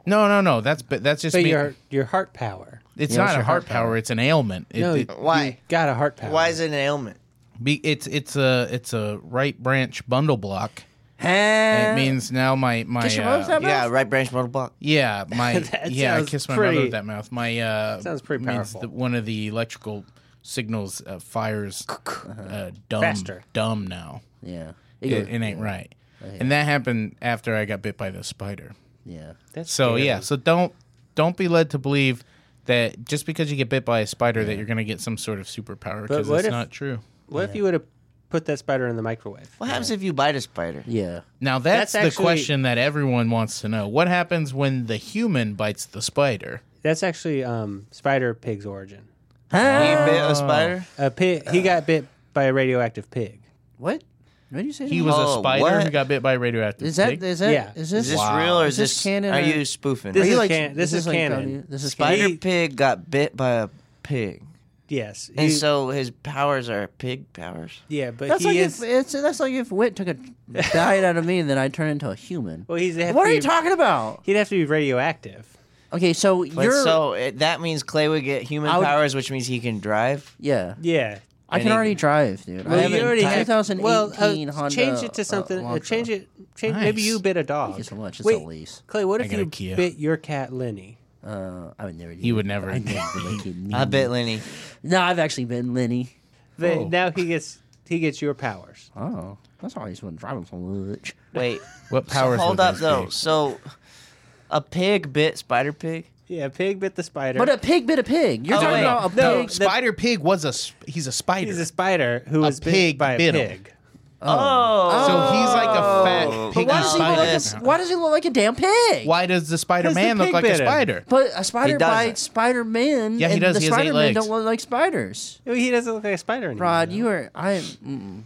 Speaker 4: No, no, no. That's but that's just
Speaker 6: But
Speaker 4: me.
Speaker 6: your, your heart power.
Speaker 4: It's
Speaker 3: Yeah,
Speaker 4: not
Speaker 3: what's
Speaker 4: a
Speaker 3: your
Speaker 4: heart
Speaker 3: heart
Speaker 4: power. It's an ailment. It-
Speaker 6: No,
Speaker 4: it-
Speaker 2: Why?
Speaker 6: You got a heart power.
Speaker 2: Why is it an ailment?
Speaker 4: be, it's it's a it's a right branch bundle block.
Speaker 6: Uh,
Speaker 4: And it means now my my
Speaker 3: Kiss your mother
Speaker 4: uh,
Speaker 3: with that
Speaker 2: Yeah,
Speaker 3: mouth?
Speaker 2: right branch model block.
Speaker 4: yeah my
Speaker 6: That
Speaker 4: yeah I
Speaker 6: sounds
Speaker 4: kiss my mother
Speaker 6: pretty-
Speaker 4: with that mouth. My uh,
Speaker 6: Sounds pretty
Speaker 4: means
Speaker 6: powerful.
Speaker 4: that one of the electrical signals uh, fires uh, dumb
Speaker 6: Uh-huh. Faster.
Speaker 4: dumb now.
Speaker 3: Yeah.
Speaker 4: It,
Speaker 3: It-
Speaker 4: it ain't right. And that happened after I got bit by the spider.
Speaker 3: yeah.
Speaker 6: That's
Speaker 4: So
Speaker 6: scary.
Speaker 4: yeah, so don't don't be led to believe that just because you get bit by a spider that you're going to get some sort of superpower because
Speaker 6: what
Speaker 4: it's
Speaker 6: if-
Speaker 4: not true.
Speaker 6: What if you would have put that spider in the microwave?
Speaker 2: What happens if you bite a spider?
Speaker 3: Yeah.
Speaker 4: Now that's,
Speaker 6: That's
Speaker 4: the
Speaker 6: actually-
Speaker 4: question that everyone wants to know. What happens when the human bites the spider?
Speaker 6: That's actually um, Spider Pig's origin.
Speaker 2: He
Speaker 3: Huh?
Speaker 2: bit a spider.
Speaker 6: A pig. He got bit by a radioactive pig.
Speaker 3: What? What did you say? to
Speaker 4: He
Speaker 3: me?
Speaker 4: was
Speaker 2: Oh,
Speaker 4: a spider
Speaker 2: what?
Speaker 4: who got bit by a radioactive
Speaker 3: Is that
Speaker 4: pig.
Speaker 3: is that
Speaker 6: Yeah.
Speaker 3: is
Speaker 2: Is
Speaker 3: this,
Speaker 2: this real or is
Speaker 3: Is this
Speaker 2: this?
Speaker 3: canon
Speaker 2: Are
Speaker 3: or-
Speaker 2: you spoofing?
Speaker 6: This
Speaker 2: Are
Speaker 6: is
Speaker 2: you like
Speaker 6: can- this is
Speaker 3: like,
Speaker 6: canon.
Speaker 3: um, This is
Speaker 2: spider
Speaker 6: he-
Speaker 2: pig got bit by a pig,
Speaker 6: Yes.
Speaker 2: and
Speaker 6: he-
Speaker 2: so his powers are pig powers.
Speaker 6: yeah, but
Speaker 3: That's
Speaker 6: he
Speaker 3: like
Speaker 6: is.
Speaker 3: if it's that's like if Wit took a diet out of me, then I'd turn into a human.
Speaker 6: well, he's.
Speaker 3: what are you talking about?
Speaker 6: He'd have to be radioactive.
Speaker 3: Okay, so
Speaker 2: But
Speaker 3: you're
Speaker 2: so it, that means Clay would get human
Speaker 3: I would-
Speaker 2: powers, which means he can drive.
Speaker 3: yeah.
Speaker 6: Yeah.
Speaker 3: I can
Speaker 2: Any-
Speaker 3: already drive, dude.
Speaker 6: Well,
Speaker 3: I have
Speaker 6: you
Speaker 3: a
Speaker 6: already have-
Speaker 3: 2018
Speaker 6: well, uh,
Speaker 3: Honda.
Speaker 6: Change it
Speaker 3: uh,
Speaker 6: to something. uh,
Speaker 3: Elantra.
Speaker 6: change it. Change, Maybe
Speaker 4: Nice.
Speaker 6: you bit a dog.
Speaker 3: Thank you so much. It's
Speaker 6: Wait,
Speaker 3: a lease.
Speaker 6: Clay, what
Speaker 4: I
Speaker 6: if
Speaker 4: got a
Speaker 6: you
Speaker 4: Kia.
Speaker 6: bit your cat Lenny?
Speaker 3: Uh, I would never. Do
Speaker 4: He
Speaker 3: that.
Speaker 4: would never.
Speaker 3: I never like it.
Speaker 2: I bet Lenny.
Speaker 3: No, I've actually been Lenny.
Speaker 6: But
Speaker 4: Whoa.
Speaker 6: now he gets he gets your powers.
Speaker 3: Oh, that's why he's been driving so much.
Speaker 2: Wait,
Speaker 4: What
Speaker 2: so
Speaker 4: powers?
Speaker 2: hold
Speaker 4: would
Speaker 2: up
Speaker 4: those
Speaker 2: though.
Speaker 4: be?
Speaker 2: So a pig bit spider pig.
Speaker 6: Yeah, pig bit the spider.
Speaker 3: But a pig bit a pig. You're
Speaker 2: Oh,
Speaker 3: talking
Speaker 2: wait.
Speaker 3: about a
Speaker 6: No,
Speaker 3: pig.
Speaker 6: the-
Speaker 4: Spider pig was a. sp- He's a spider.
Speaker 6: he's a spider who was
Speaker 4: pig
Speaker 6: bit by a
Speaker 4: bit him.
Speaker 6: pig.
Speaker 2: Oh,
Speaker 4: so he's like a fat
Speaker 2: But
Speaker 4: pig.
Speaker 3: Why does, he look like a,
Speaker 2: Yes.
Speaker 3: s- why does he look like a damn pig?
Speaker 4: Why does the Spider Man
Speaker 6: the
Speaker 4: look
Speaker 6: pig
Speaker 4: like a
Speaker 6: bit him.
Speaker 4: spider?
Speaker 3: But a spider
Speaker 2: doesn't.
Speaker 3: bites Spider Man.
Speaker 4: Yeah, he
Speaker 3: and
Speaker 4: does.
Speaker 3: The
Speaker 4: He has eight
Speaker 3: Spider Man
Speaker 4: legs.
Speaker 3: don't look like spiders.
Speaker 6: He doesn't look like a spider anymore.
Speaker 3: Rod, you are I. Mm-mm.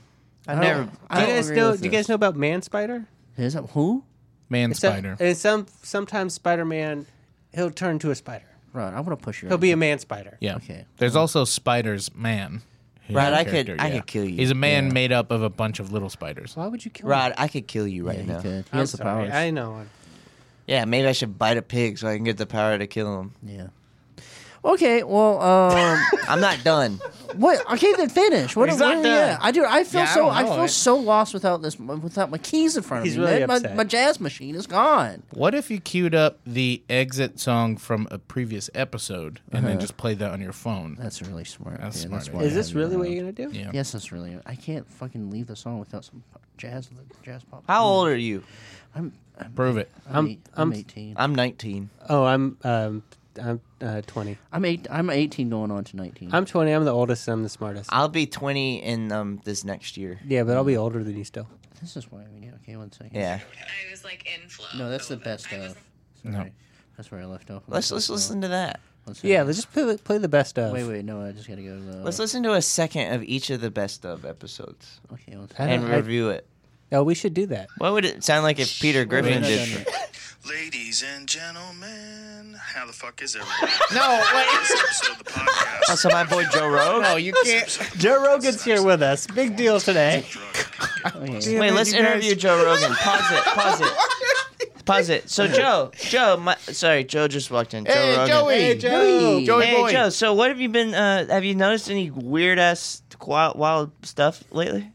Speaker 2: I've never.
Speaker 3: I
Speaker 6: Do you
Speaker 3: don't
Speaker 6: guys
Speaker 3: agree
Speaker 6: know?
Speaker 3: with
Speaker 6: Do you guys
Speaker 3: this.
Speaker 6: know about Man Spider?
Speaker 3: Is it who?
Speaker 4: Man
Speaker 6: It's a-
Speaker 4: spider.
Speaker 6: and some sometimes Spider Man, he'll turn to a spider.
Speaker 3: Right, I want to push you.
Speaker 6: He'll be a man spider.
Speaker 4: yeah.
Speaker 3: okay.
Speaker 4: There's also spiders man. His
Speaker 2: Brad, I could-
Speaker 4: character,
Speaker 2: I could kill you.
Speaker 4: He's a man made up of a bunch of little spiders.
Speaker 6: Why would you kill?
Speaker 2: Rod, I could kill you right
Speaker 3: Yeah, he
Speaker 2: now.
Speaker 3: could. He
Speaker 6: Me? I'm
Speaker 3: has the
Speaker 6: sorry.
Speaker 3: powers.
Speaker 6: I know. I'm-
Speaker 2: Yeah, maybe I should bite a pig so I can get the power to kill him.
Speaker 3: Yeah. Okay. Well. Um.
Speaker 2: I'm not done.
Speaker 3: what? Okay. Then finish. What?
Speaker 4: He's not
Speaker 3: what-
Speaker 4: done.
Speaker 3: Yeah. I do. I feel
Speaker 4: Yeah, I
Speaker 3: so.
Speaker 4: don't
Speaker 3: I,
Speaker 4: know.
Speaker 3: feel
Speaker 4: It-
Speaker 3: so lost without this. Without my keys in front
Speaker 6: He's
Speaker 3: of me.
Speaker 6: really
Speaker 3: man. my,
Speaker 6: upset.
Speaker 3: my jazz machine is gone.
Speaker 4: What if you queued up the exit song from a previous episode and then just played that on your phone?
Speaker 3: That's really smart.
Speaker 4: That's
Speaker 3: Oh, yeah,
Speaker 4: smart,
Speaker 3: That's
Speaker 4: yeah.
Speaker 3: why I
Speaker 6: Is this
Speaker 3: have you
Speaker 6: really what
Speaker 3: around.
Speaker 6: you're gonna do?
Speaker 4: Yeah.
Speaker 3: Yes, that's really. I can't fucking leave the song without some jazz, jazz pop.
Speaker 2: How old are you?
Speaker 4: Prove it.
Speaker 3: I'm, eight, I'm,
Speaker 6: I'm-
Speaker 3: 18.
Speaker 2: I'm 19.
Speaker 6: Oh, I'm um, I'm uh, 20.
Speaker 3: I'm eight. I'm 18 going on to 19.
Speaker 6: I'm 20. I'm the oldest. and I'm the smartest.
Speaker 2: I'll be 20 in um this next year.
Speaker 6: yeah, but I'll be older than you still.
Speaker 3: this is why we need. Okay, one second.
Speaker 2: Yeah.
Speaker 1: I was like in flow.
Speaker 3: No, that's the best of. Sorry.
Speaker 4: No.
Speaker 3: That's where I left off.
Speaker 2: Let's let's listen to that.
Speaker 6: Yeah, let's just play, play the best of.
Speaker 3: Wait, wait, no, I just gotta go. To the...
Speaker 2: Let's listen to a second of each of the best of episodes
Speaker 3: Okay, one second.
Speaker 6: I don't-
Speaker 2: and
Speaker 4: Uh,
Speaker 6: I-
Speaker 2: review it.
Speaker 6: Oh, we should do that.
Speaker 2: What would it sound like if Peter Griffin
Speaker 3: no,
Speaker 2: did?
Speaker 3: no,
Speaker 2: it?
Speaker 10: Ladies and gentlemen, how the fuck is everyone?
Speaker 4: No, wait.
Speaker 10: this episode of the podcast.
Speaker 2: Also, Oh, my boy Joe Rogan.
Speaker 4: No, you can't.
Speaker 6: Joe Rogan's here with us. Big deal today.
Speaker 3: Okay.
Speaker 2: Wait, let's interview Joe Rogan. Pause it. Pause it. Pause it. So Joe, Joe, my, sorry, Joe just walked in. Joe Rogan.
Speaker 4: Hey, Joey. Joey
Speaker 2: Hey
Speaker 4: boy.
Speaker 2: Joe, so what have you been? Uh, have you noticed any weird ass wild, wild stuff lately?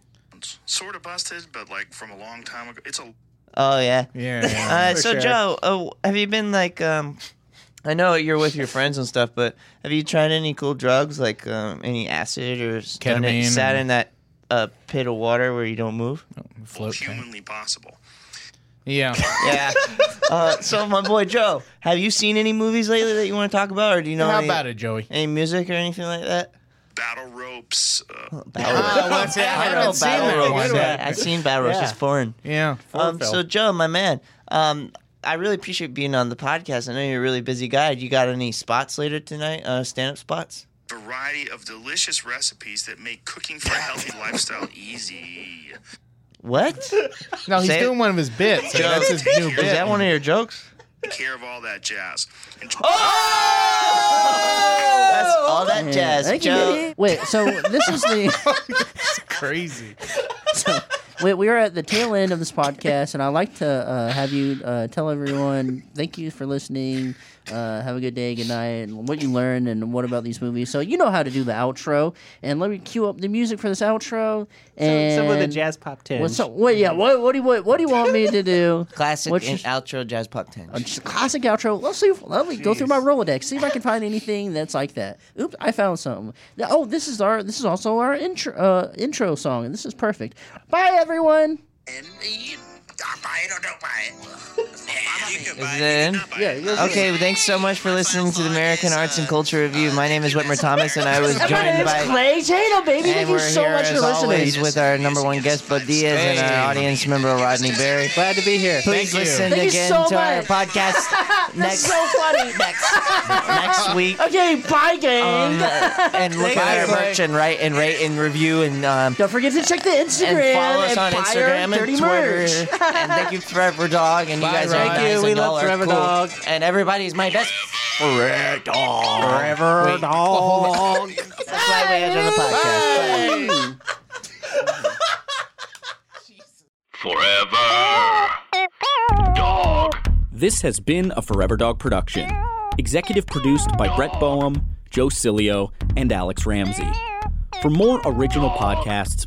Speaker 10: Sort of busted, but like from a long time ago. It's a
Speaker 2: Oh yeah.
Speaker 4: Yeah. yeah.
Speaker 2: Uh,
Speaker 6: For
Speaker 2: so
Speaker 6: sure.
Speaker 2: Joe, uh, have you been like? Um, I know you're with your friends and stuff, but have you tried any cool drugs like um, any acid or s- done it-
Speaker 4: Ketamine
Speaker 2: Sat
Speaker 4: and-
Speaker 2: in that uh, pit of water where you don't move.
Speaker 4: Float thing.
Speaker 10: humanly possible.
Speaker 4: Yeah.
Speaker 2: Yeah. uh, so my boy Joe, have you seen any movies lately that you want to talk about, or do you know
Speaker 4: How
Speaker 2: any,
Speaker 4: about it, Joey?
Speaker 2: any music or anything like that?
Speaker 10: Battle ropes. Uh,
Speaker 2: Oh,
Speaker 4: let's see. I haven't
Speaker 2: know
Speaker 4: seen
Speaker 2: Battle
Speaker 4: that
Speaker 2: Roast.
Speaker 4: one.
Speaker 2: Yeah, I've seen Battle Roast. It's
Speaker 6: Yeah.
Speaker 2: foreign.
Speaker 4: Yeah.
Speaker 2: Um, so Joe, my man, um, I really appreciate being on the podcast. I know you're a really busy guy. You got any spots later tonight? Uh, stand up spots?
Speaker 10: variety of delicious recipes that make cooking for a healthy lifestyle easy.
Speaker 2: What?
Speaker 4: No, he's
Speaker 2: Say it.
Speaker 4: doing one of his bits. Like,
Speaker 2: Joe,
Speaker 4: that's his new
Speaker 2: Is
Speaker 4: bit.
Speaker 2: that one of your jokes?
Speaker 10: Take care of all that jazz. And
Speaker 2: Oh. That's all that jazz,
Speaker 3: Thank you,
Speaker 2: Joe.
Speaker 3: baby. Wait, so this is the.
Speaker 4: crazy?
Speaker 3: Wait, we are at the tail end of this podcast, and I'd like to uh, have you uh, tell everyone thank you for listening. Uh, have a good day, good night, and what you learned, and what about these movies. So you know how to do the outro, and let me cue up the music for this outro. And
Speaker 6: Some of the jazz pop tinge.
Speaker 3: What's up? What? Yeah. What? What do you? What, what do you want me to do?
Speaker 2: Classic
Speaker 3: What's
Speaker 2: and
Speaker 3: your-
Speaker 2: outro jazz pop 10.
Speaker 3: Just a classic outro. Let's see. If, let me go through my Rolodex. See if I can find anything that's like that. Oops, I found something. Th- Oh, this is our. This is also our intro uh, intro song, and this is perfect. Bye, everyone.
Speaker 2: Is it in?
Speaker 6: Yeah, you guys-
Speaker 2: Okay, well, thanks so much for listening to the American Arts and Culture Review. My name is Whitmer Thomas, and I was
Speaker 3: And my
Speaker 2: joined
Speaker 3: name's
Speaker 2: by.
Speaker 3: Clay Tatum, baby. Thank
Speaker 2: And
Speaker 3: you
Speaker 2: we're
Speaker 3: so
Speaker 2: here,
Speaker 3: much for
Speaker 2: as always,
Speaker 3: listening.
Speaker 2: with our number one guest, Bud Diaz, and our audience member, Rodney Berry.
Speaker 6: Glad to be here.
Speaker 2: Please
Speaker 4: Thank you.
Speaker 2: listen
Speaker 3: Thank you
Speaker 2: again
Speaker 3: so
Speaker 2: to
Speaker 3: much.
Speaker 2: our podcast next
Speaker 3: So funny.
Speaker 2: next week.
Speaker 3: Okay, bye, gang.
Speaker 2: Um, uh, and look at our merch and write and rate and review and um,
Speaker 3: Don't forget to check the Instagram
Speaker 2: and follow us on
Speaker 3: buy our
Speaker 2: Instagram
Speaker 3: dirty
Speaker 2: and Twitter.
Speaker 3: merch.
Speaker 2: and thank you, Forever Dog, and you
Speaker 4: Bye,
Speaker 2: guys are nice
Speaker 4: Ron. Thank you.
Speaker 2: and
Speaker 6: We
Speaker 2: y'all
Speaker 6: love
Speaker 2: are
Speaker 6: Forever
Speaker 2: cool.
Speaker 6: Dog.
Speaker 2: And everybody's my best. Forever Dog.
Speaker 6: Forever dog.
Speaker 2: That's why we end on the podcast.
Speaker 11: This has been a Forever Dog production. Executive produced by Brett Boehm, Joe Cilio, and Alex Ramsey. For more original podcasts,